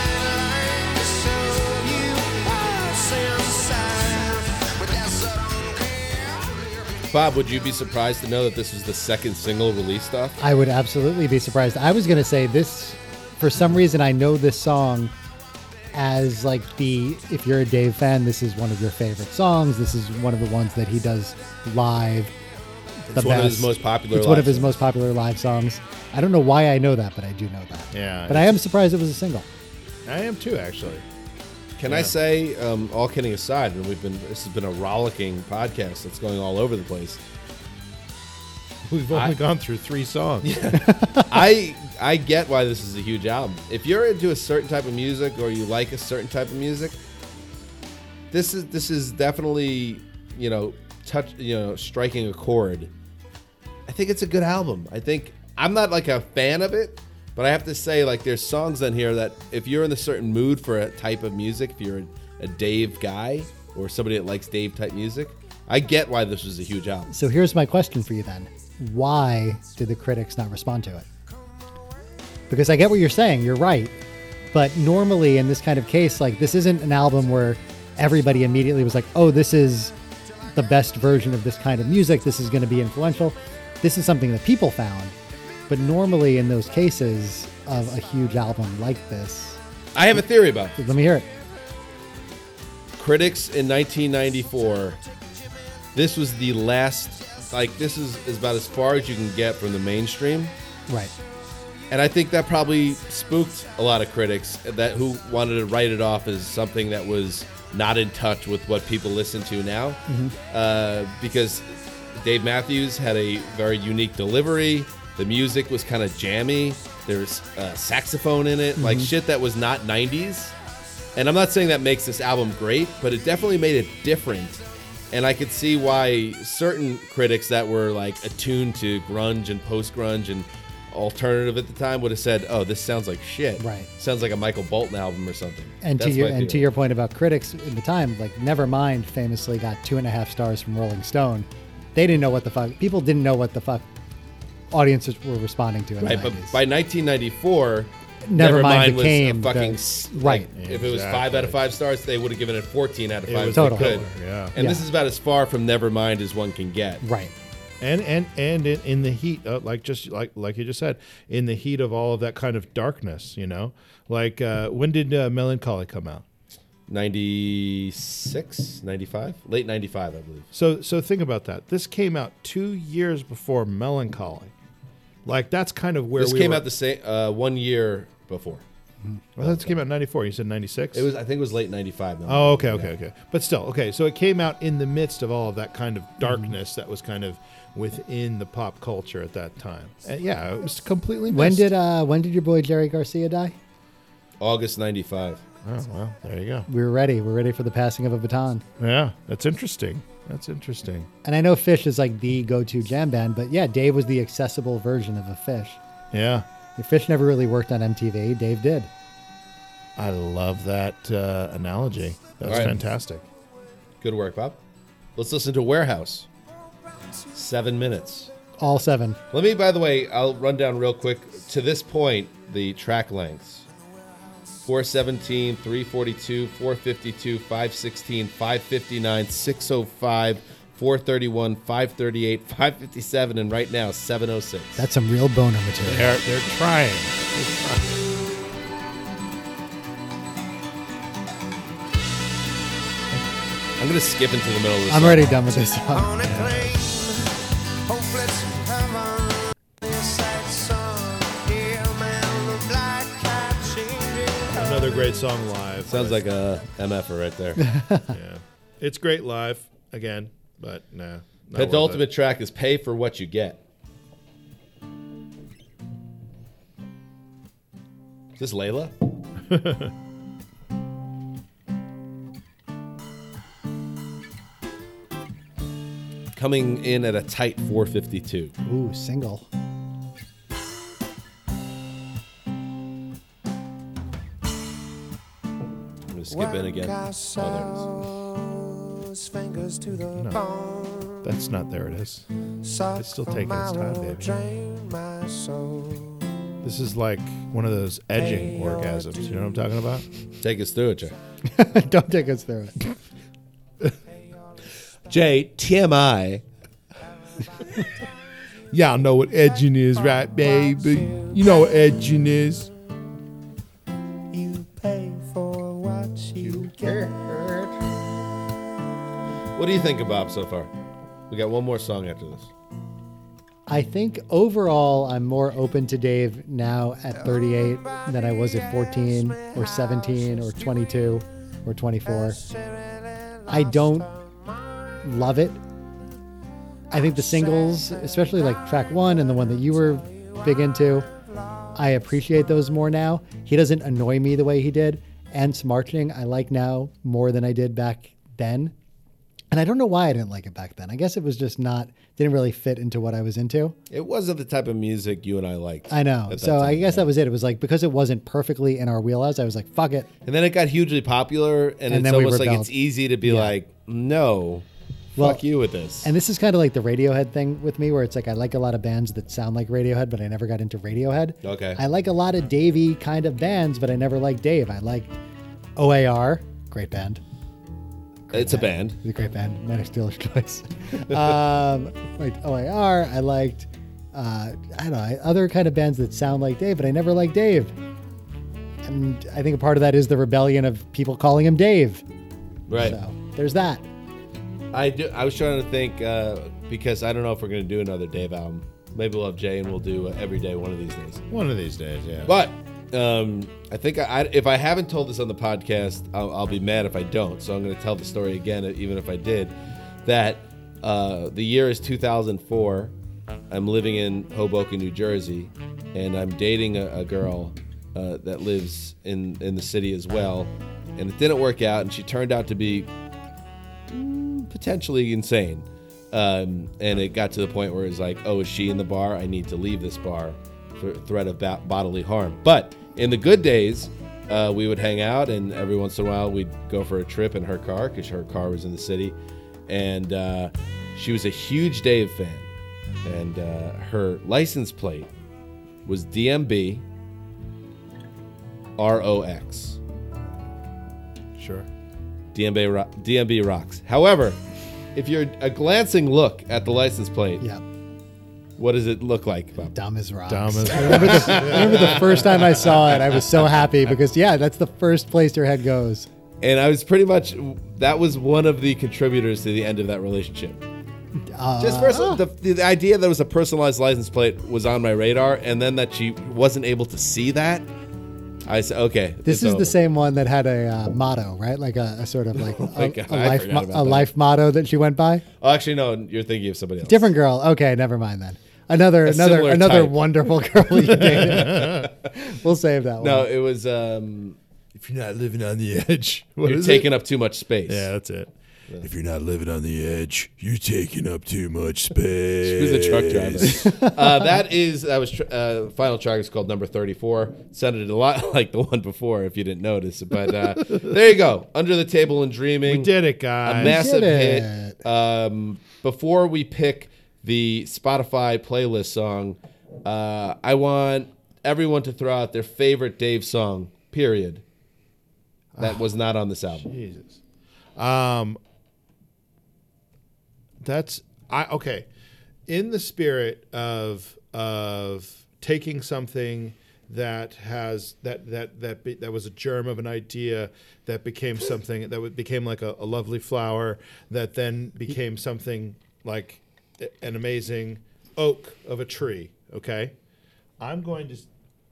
S7: like to show you what's inside, but that's what I'm clear.
S2: Bob, would you be surprised to know that this was the second single released off?
S3: I would absolutely be surprised. I was gonna say this for some reason I know this song as like the if you're a Dave fan, this is one of your favorite songs. This is one of the ones that he does live. The
S2: It's one of his
S3: best.
S2: most popular
S3: It's one
S2: live
S3: of his
S2: songs.
S3: most popular live songs. I don't know why I know that, but I do know that.
S4: Yeah,
S3: But I
S4: it's-
S3: am surprised it was a single.
S4: I am too, actually.
S2: Can I say, um, all kidding aside, and we've been this has been a rollicking podcast that's going all over the place.
S4: We've only gone through three songs.
S2: I I get why this is a huge album. If you're into a certain type of music or you like a certain type of music, this is this is definitely you know touch you know striking a chord. I think it's a good album. I think I'm not like a fan of it, but I have to say like there's songs on here that if you're in a certain mood for a type of music, if you're a, a Dave guy or somebody that likes Dave type music, I get why this was a huge album.
S3: So here's my question for you then. Why did the critics not respond to it? Because I get what you're saying, you're right. But normally in this kind of case, like this isn't an album where everybody immediately was like, oh, this is the best version of this kind of music. This is going to be influential. This is something that people found. But normally in those cases of a huge album like this,
S2: I have a theory about it.
S3: let me hear it.
S2: critics in 1994 this was the last like this is, is about as far as you can get from the mainstream
S3: Right.
S2: and i think that probably spooked a lot of critics that who wanted to write it off as something that was not in touch with what people listen to now uh, because dave matthews had a very unique delivery the music was kind of jammy there's uh, saxophone in it
S3: Mhm.
S2: like shit that was not 90s and I'm not saying that makes this album great, but it definitely made it different. And I could see why certain critics that were like attuned to grunge and post grunge and alternative at the time would have said, "Oh, this sounds like shit.
S3: Right.
S2: Sounds like a Michael Bolton album or something."
S3: And to
S2: That's
S3: your
S2: my
S3: and to
S2: theory.
S3: your point about critics in the time, like Nevermind famously got two and a half stars from Rolling Stone. They didn't know what the fuck people didn't know what the fuck audiences were responding to in
S2: right,
S3: the
S2: but
S3: 90s.
S2: by 1994.
S3: Nevermind
S2: Nevermind was a
S3: became
S2: fucking
S3: the-
S2: s-
S3: right.
S2: like, if it was five
S4: Exactly.
S2: out of five stars, they would have given it 14 out of
S4: It
S2: five.
S4: was
S2: if
S3: the
S2: they could.
S4: killer, yeah.
S2: And this
S3: Yeah.
S2: is about as far from Nevermind as one can get.
S3: right.
S4: and and and in, in the heat uh, like just like like you just said in the heat of all of that kind of darkness you know like uh, when did uh, melancholy come out
S2: 96, 95, late 95, I believe.
S4: so so think about that this came out two years before melancholy like that's kind of where
S2: This
S4: we
S2: came
S4: were-
S2: out the same uh, one year before.
S4: Well, that came out in '94. You said '96.
S2: It was, I think, it was late '95.
S4: Oh, okay, okay, okay. But still, okay. So it came out in the midst of all of that kind of
S2: Mm-hmm.
S4: darkness that was kind of within the pop culture at that time. Uh, yeah, it was completely.
S3: When
S4: missed.
S3: did uh, when did your boy Jerry Garcia die?
S2: August '95.
S4: Oh well, there you go.
S3: We were ready. We're ready for the passing of a baton.
S4: Yeah, that's interesting. That's interesting.
S3: And I know Fish is like the go-to jam band, but yeah, Dave was the accessible version of a Fish.
S4: Yeah,
S3: If Fish never really worked on MTV. Dave did.
S4: I love that uh, analogy. That was
S2: All right.
S4: fantastic.
S2: Good work, Bob. Let's listen to Warehouse. Seven minutes.
S3: All seven.
S2: Let me, by the way, I'll run down real quick to this point the track lengths 417, 342, 452, 516, 559, 605, 431, 538, 557, and right now 706.
S3: That's some real boner material.
S4: They're they're trying.
S2: I'm going to skip into the middle of this.
S3: I'm
S2: song.
S3: already done with this song.
S7: on a plane. Hope it's heaven. This sad song. Dear man, the black cat changing her.
S4: Another great song live.
S2: Sounds like a MFer right there.
S4: yeah. It's great live again, but nah. not worth it.
S2: Penultimate track is Pay for What You Get. Is this Layla? Coming in at a tight 452.
S3: Ooh, single.
S2: I'm going to skip in again. Oh,
S7: Castles, fingers to the bone.
S4: That's not there. It is.
S7: Suck
S4: still
S7: from
S4: taking
S7: my
S4: its time,
S7: wound,
S4: baby.
S7: Drain my soul.
S4: This is like one of those edging orgasms. You know what I'm talking about?
S2: there's- Take us through it, Jay.
S3: Don't take us through it.
S2: Jay, TMI.
S4: Y'all know what edging is, right, baby? You know what edging is.
S7: You pay for what you get.
S2: What do you think of Bob so far? We got one more song after this.
S3: I think overall, I'm more open to Dave now at 38 than I was at 14 or 17 or 22 or 24. I don't love it. I think the singles, especially like track one and the one that you were big into, I appreciate those more now. He doesn't annoy me the way he did. Ants Marching, I like now more than I did back then. And I don't know why I didn't like it back then. I guess it was just not, didn't really fit into what I was into.
S2: It wasn't the type of music you and I liked.
S3: I know.
S2: at that
S3: So I
S2: time.
S3: guess that was it. It was like, because it wasn't perfectly in our wheelhouse, I was like, fuck it.
S2: And then it got hugely popular, and, it's
S3: then we
S2: almost like
S3: rebelled.
S2: it's easy to be like, no,
S3: Well,
S2: fuck you with this.
S3: And this is kind of like the Radiohead thing with me, where it's like I like a lot of bands that sound like Radiohead, but I never got into Radiohead.
S2: Okay.
S3: I like a lot of Davey kind of bands, but I never liked Dave. I liked OAR, great band,
S2: it's a band.
S3: the great band, Maddox Dealer's Choice. um, liked OAR. I liked, uh, I don't know, other kind of bands that sound like Dave, but I never liked Dave. And I think a part of that is the rebellion of people calling him Dave.
S2: Right.
S3: So there's that.
S2: I do. I was trying to think uh, because I don't know if we're gonna do another Dave album. Maybe we'll have Jay, and we'll do uh, every day one of these days.
S4: One of these days, yeah.
S2: But um, I think I, I, if I haven't told this on the podcast, I'll, I'll be mad if I don't. So I'm going to tell the story again, even if I did. That uh, the year is 2004. I'm living in Hoboken, New Jersey, and I'm dating a, a girl uh, that lives in in the city as well. And it didn't work out, and she turned out to be potentially insane. Um, and it got to the point where it's like, oh, is she in the bar? I need to leave this bar for threat of bo- bodily harm. But in the good days, uh, we would hang out, and every once in a while, we'd go for a trip in her car because her car was in the city. And uh, she was a huge Dave fan. And uh, her license plate was DMB ROX.
S4: Sure.
S2: DMB, ro- DMB rocks. However, if you're a glancing look at the license plate,
S3: Yeah.
S2: what does it look like? Bob?
S3: Dumb as rocks.
S4: Dumb as-
S3: I remember, the, I remember the first time I saw it, I was so happy because yeah, that's the first place your head goes.
S2: And I was pretty much that was one of the contributors to the end of that relationship.
S3: Uh,
S2: Just first, the, the idea that it was a personalized license plate was on my radar, and then that she wasn't able to see that. I said, okay.
S3: This
S2: it's
S3: is
S2: over.
S3: the same one that had a uh, motto, right? Like a, a sort of like
S2: my
S3: a,
S2: God,
S3: a
S2: I
S3: life
S2: forgot
S3: mo-
S2: about
S3: a
S2: that.
S3: life motto that she went by.
S2: Oh, actually, no, you're thinking of somebody else.
S3: Different girl. Okay, never mind then. Another another
S2: similar
S3: another
S2: type.
S3: wonderful girl you dated. we'll save that
S2: No,
S3: one.
S2: it was um,
S5: If you're not living on the edge, what
S2: you're
S5: is
S2: taking up too much space.
S4: Yeah, that's it.
S5: it? If you're not living on the edge, you're taking up too much
S2: He
S5: space.
S2: was a truck driver. uh, that is that was tr- uh, final track is called number thirty four. Sounded a lot like the one before, if you didn't notice. But uh, there you go, under the table and dreaming.
S4: We did it,
S2: a
S4: guys.
S2: massive
S3: did
S2: hit. Um, before we pick the Spotify playlist song, uh, I want everyone to throw out their favorite Dave song. Period. That
S4: Ah,
S2: was not on this album.
S4: Jesus. Um That's I okay. In the spirit of of taking something that has that that that be, that was a germ of an idea that became something that would- became like a, a lovely flower that then became something like a- an amazing oak of a tree, okay? I'm going to s-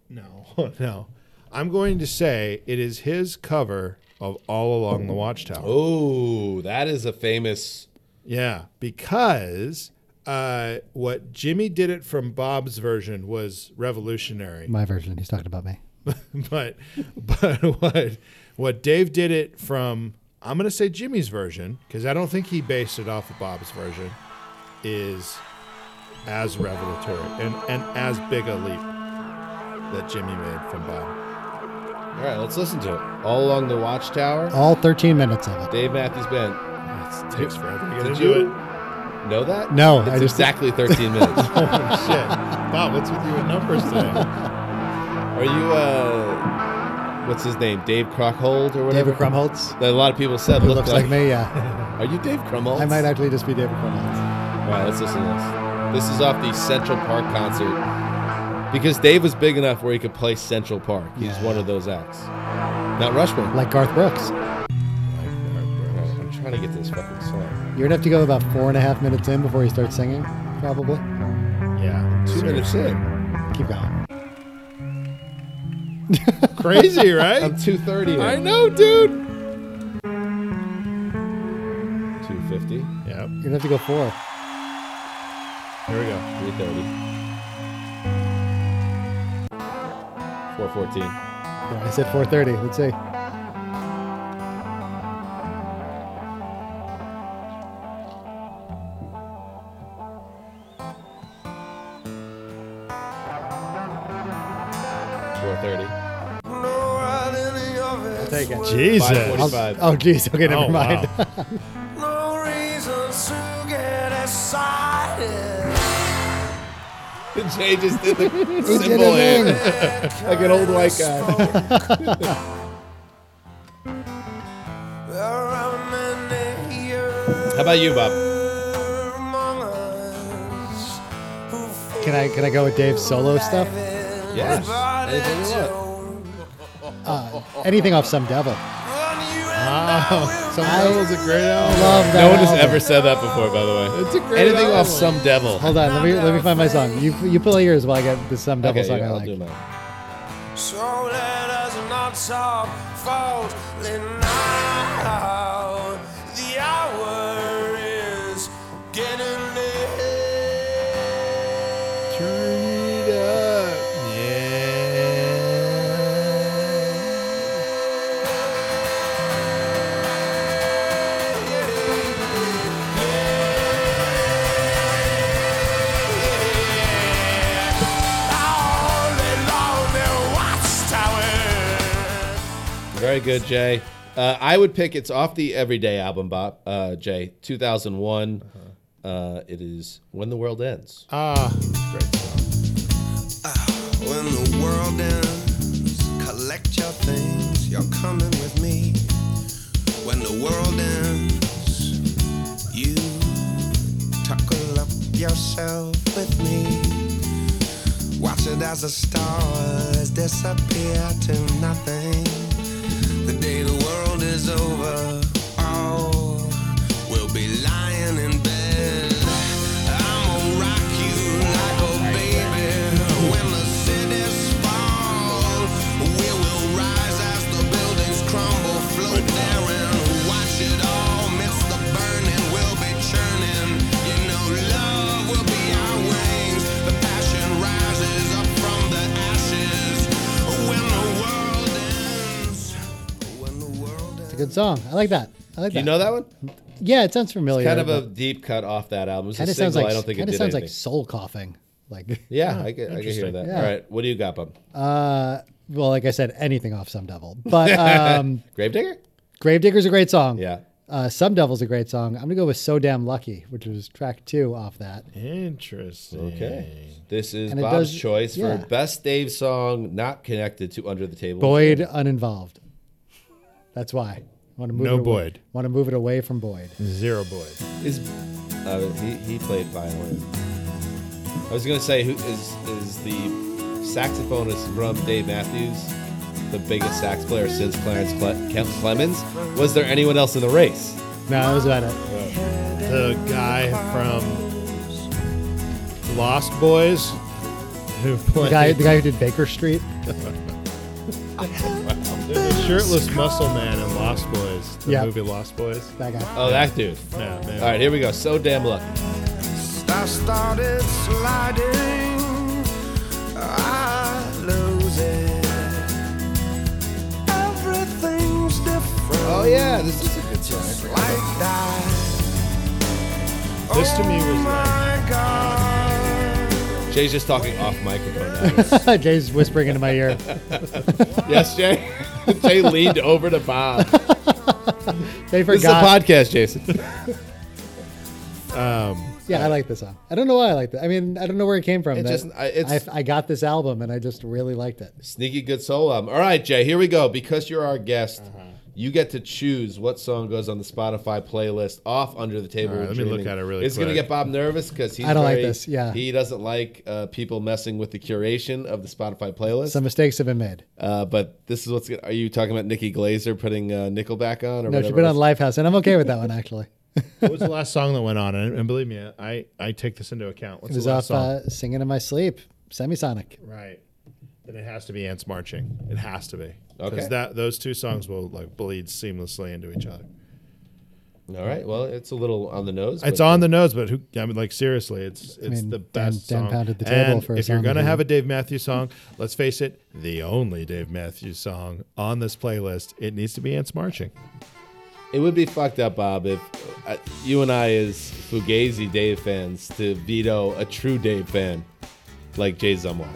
S4: no, no. I'm going to say it is his cover of All Along the Watchtower.
S2: Oh, that is a famous.
S4: Yeah, because uh, what Jimmy did it from Bob's version was revolutionary.
S3: My version. He's talking about me.
S4: but but what what Dave did it from I'm gonna say Jimmy's version because I don't think he based it off of Bob's version is as revelatory and and as big a leap that Jimmy made from Bob.
S2: All right, let's listen to it. All along the watchtower.
S3: All 13 minutes of it.
S2: Dave Matthews Band.
S4: It takes forever to get
S2: Did
S4: into
S2: you
S4: it.
S2: know that?
S3: No,
S2: it's
S3: I just-
S2: exactly 13 minutes.
S4: Shit, Bob, what's with you in numbers today?
S2: Are you uh, what's his name, Dave Crockhold or whatever?
S3: David Krumholtz,
S2: That a lot of people said
S3: who
S2: looked
S3: looks like me. Yeah,
S2: Are you Dave Crumholtz?
S3: I might actually just be David Krumholtz.
S2: All right, let's listen to this. This is off the Central Park concert because Dave was big enough where he could play Central Park. He's
S3: Yeah.
S2: one of those acts. Not Rushmore.
S3: Like Garth Brooks.
S2: I'm trying to get to this fucking song.
S3: You're gonna have to go about four and a half minutes in before you start singing, probably.
S4: Yeah,
S2: Two minutes in.
S3: Keep going.
S4: crazy, right?
S2: I'm 230. in.
S4: I know, dude.
S2: 250.
S4: Yep.
S3: You're gonna have to go four.
S4: Here we go.
S2: 330. 414.
S3: I said 4:30. Let's see.
S2: Four thirty.
S7: No ride in the office.
S3: Take it.
S4: Jesus.
S2: 545.
S3: Oh, geez. Okay, never
S4: Oh,
S3: mind.
S4: wow.
S7: No reasons to get excited.
S2: Jay just did the symbol in. Like an old white guy.
S7: There are many here
S2: How about you, Bob?
S7: among us who
S3: Can I can I go with Dave's solo stuff?
S2: Yes. Anything you want.
S3: Anything off some devil.
S4: Wow. Some Devil's a great album.
S3: Love that.
S2: No one has
S3: album.
S2: ever said that before, by the way.
S4: It's a great
S2: Anything
S4: album.
S2: off some devil.
S3: Hold on. Let me let me find my song. You you play yours while I get the some devil
S2: Okay,
S3: song
S2: yeah,
S3: I
S2: I'll
S3: like.
S2: do mine.
S7: So let us not stop falling now. The hour is getting late.
S4: Turn it up. Yeah.
S7: All along the watchtower.
S2: Very good, Jay. Uh, I would pick it's off the Everyday album, Bob. Uh, Jay, 2001. Uh, it is When the World Ends.
S4: Ah, great.
S7: When the world ends, collect your things, you're coming with me. When the world ends, you tuckle up yourself with me. Watch it as the stars disappear to nothing. The day the world is over, oh, we'll be lying in bed. I'ma rock you like a baby. When the cities fall, we will
S3: good song. I like that. I like
S2: Do you
S3: that.
S2: know that one?
S3: Yeah, it sounds familiar.
S2: Kind of a
S3: but
S2: deep cut off that album. It was a
S3: kinda
S2: single.
S3: sounds like
S2: I don't think it
S3: kinda
S2: did
S3: sounds
S2: anything.
S3: like soul coughing. Like
S2: yeah, I can, I can hear
S4: interesting.
S2: that.
S3: Yeah.
S2: All right, what do you got, Bob?
S3: uh well, like I said, anything off Some Devil. But um
S2: Gravedigger?
S3: Gravedigger's a great song.
S2: Yeah.
S3: Uh Some Devil's a great song. I'm gonna go with So Damn Lucky, which was track two off that.
S4: Interesting.
S2: Okay. This is
S3: And it
S2: Bob's
S3: does-
S2: choice
S3: yeah.
S2: for best Dave song not connected to Under the Table.
S3: Boyd uninvolved. That's why. Want to move
S4: No
S3: it away.
S4: Boyd.
S3: Want to move it away from Boyd.
S2: Mm.
S4: Zero boy.
S2: is uh, he, he played violin. I was gonna say who is is the saxophonist from Dave Matthews, the biggest sax player since Clarence Cle- Kem- Clemens. Was there anyone else in the race?
S3: No, that was about it.
S4: The guy from Lost Boys who
S3: The
S4: played
S3: guy, the guy who did Baker Street.
S4: the shirtless muscle man in Lost Boys. The
S3: Yeah.
S4: movie Lost Boys.
S3: That guy.
S2: Oh, that dude.
S4: Yeah, man.
S2: All right, here we go. So damn lucky.
S7: I started sliding. I lose it. Everything's different.
S2: Oh yeah, this is a good song.
S7: Like that.
S4: This to me
S7: Oh
S4: was like
S7: my God.
S2: Jay's just talking off microphone. Now.
S3: Jay's whispering into my ear.
S2: yes, Jay. Jay leaned over to Bob.
S3: They
S2: This is a
S3: forgot.
S2: podcast, Jason.
S3: yeah, I like this song. I don't know why I like it. I mean, I don't know where it came from.
S2: It
S3: but
S2: just- I- it's-
S3: I, I got this album and I just really liked it.
S2: Sneaky good soul album. All right, Jay, here we go. Because you're our guest,
S4: Uh-huh.
S2: you get to choose what song goes on the Spotify playlist off Under the Table.
S4: All right, let me
S2: Dreaming.
S4: look at it really
S2: It's going to
S4: quick.
S2: get Bob nervous because he's
S3: I don't like
S2: very-
S3: this, yeah.
S2: he doesn't like uh, people messing with the curation of the Spotify playlist.
S3: Some mistakes have been made.
S2: uh, but this is what's. Gonna, are you talking about Nikki Glazer putting uh, Nickelback on or
S3: No,
S2: whatever?
S3: she's been
S2: it
S3: on
S2: was?
S3: Lifehouse, and I'm okay with that one actually.
S4: what was the last song that went on? And, and believe me, I, I take this into account. What's
S3: It was
S4: the last
S3: off
S4: song?
S3: uh, "Singing in My Sleep," Semisonic.
S4: Right. Then it has to be Ants Marching. It has to be.
S2: Okay.
S4: Because that those two songs will like bleed seamlessly into each other.
S2: All right. Well, it's a little on the nose.
S4: It's
S2: but-
S4: on the nose, but who? I mean, like seriously, it's it's
S3: mean,
S4: the
S3: Dan-
S4: best
S3: Dan
S4: song.
S3: pounded the table
S4: and
S3: for a
S4: if you're
S3: song
S4: gonna
S3: to do.
S4: have a Dave Matthews song, let's face it, the only Dave Matthews song on this playlist, it needs to be Ants Marching.
S2: It would be fucked up, Bob, if uh, you and I, as Fugazi Dave fans, to veto a true Dave fan like Jay Zumwalt.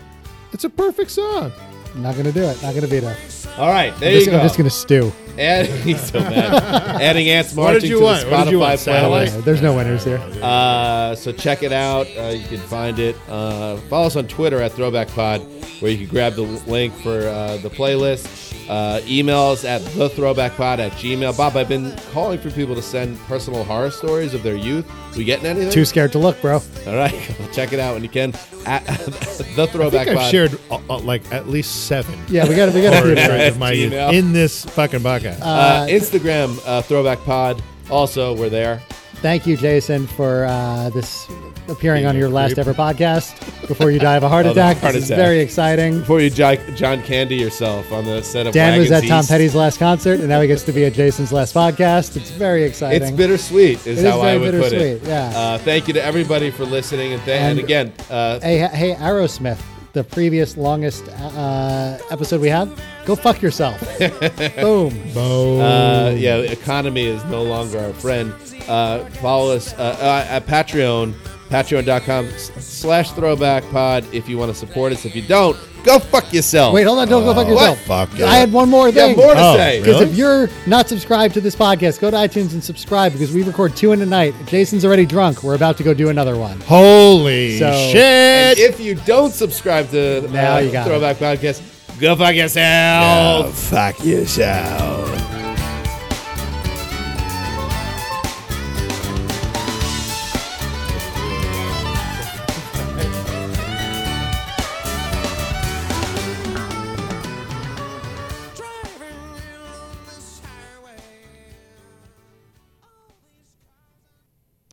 S4: It's a perfect song.
S3: Not gonna do it. Not gonna beat her.
S2: All right, there
S3: Just-
S2: you go.
S3: I'm just gonna stew.
S2: Add, he's so mad. Adding ants
S4: What did
S2: marching
S4: you
S2: to the
S4: want? What did you want,
S2: Spotify
S4: satellite?
S2: playlist.
S3: Yeah, There's no winners here.
S2: Uh, so check it out. Uh, you can find it. Uh, follow us on Twitter at Throwback Pod, where you can grab the link for uh, the playlist. Uh, emails at thethrowbackpod at gmail. Bob, I've been calling for people to send personal horror stories of their youth. We getting anything?
S3: Too scared to look, bro.
S2: All right, check it out when you can. At the
S4: I
S2: Throwback
S4: think I've
S2: Pod.
S4: shared uh, uh, like at least seven.
S3: Yeah, we gotta we gotta
S4: horror
S3: do that.
S4: stories of my youth
S2: Email.
S4: in this fucking bucket.
S2: uh, Instagram uh, Throwback Pod. Also, we're there.
S3: Thank you, Jason, for uh, this appearing on your last
S4: creep.
S3: ever podcast before you die of a heart
S2: Oh, the
S3: attack.
S2: heart
S3: this
S2: attack.
S3: is very exciting.
S2: Before you jo- John Candy yourself on the set of
S3: Dan was at
S2: Wagons
S3: Tom
S2: East.
S3: Petty's last concert, and now he gets to be at Jason's last podcast. It's very exciting.
S2: It's bittersweet, is
S3: It is
S2: how I
S3: very
S2: would put it.
S3: bittersweet, yeah.
S2: Uh, thank you to everybody for listening, and, th- and,
S3: And-
S2: again, uh,
S3: hey, hey, Aerosmith, the previous longest uh, episode we have, go fuck yourself. Boom.
S2: uh, yeah, the economy is no longer our friend. Uh, follow us uh, uh, at Patreon, patreon.com s- slash throwback pod if you want to support us. If you don't, go fuck yourself.
S3: Wait, hold on, don't go fuck
S2: What?
S3: yourself.
S4: Fuck
S3: I had one more
S2: You got
S3: thing.
S2: more to
S4: Oh,
S2: say.
S4: really?
S3: Because if you're not subscribed to this podcast, go to iTunes and subscribe because we record two in a night. Jason's already drunk. We're about to go do another one.
S4: Holy
S3: So-
S4: shit!
S2: And if you don't subscribe to uh,
S3: Now you got it.
S2: Throwback Podcast, go fuck yourself.
S4: fuck yourself.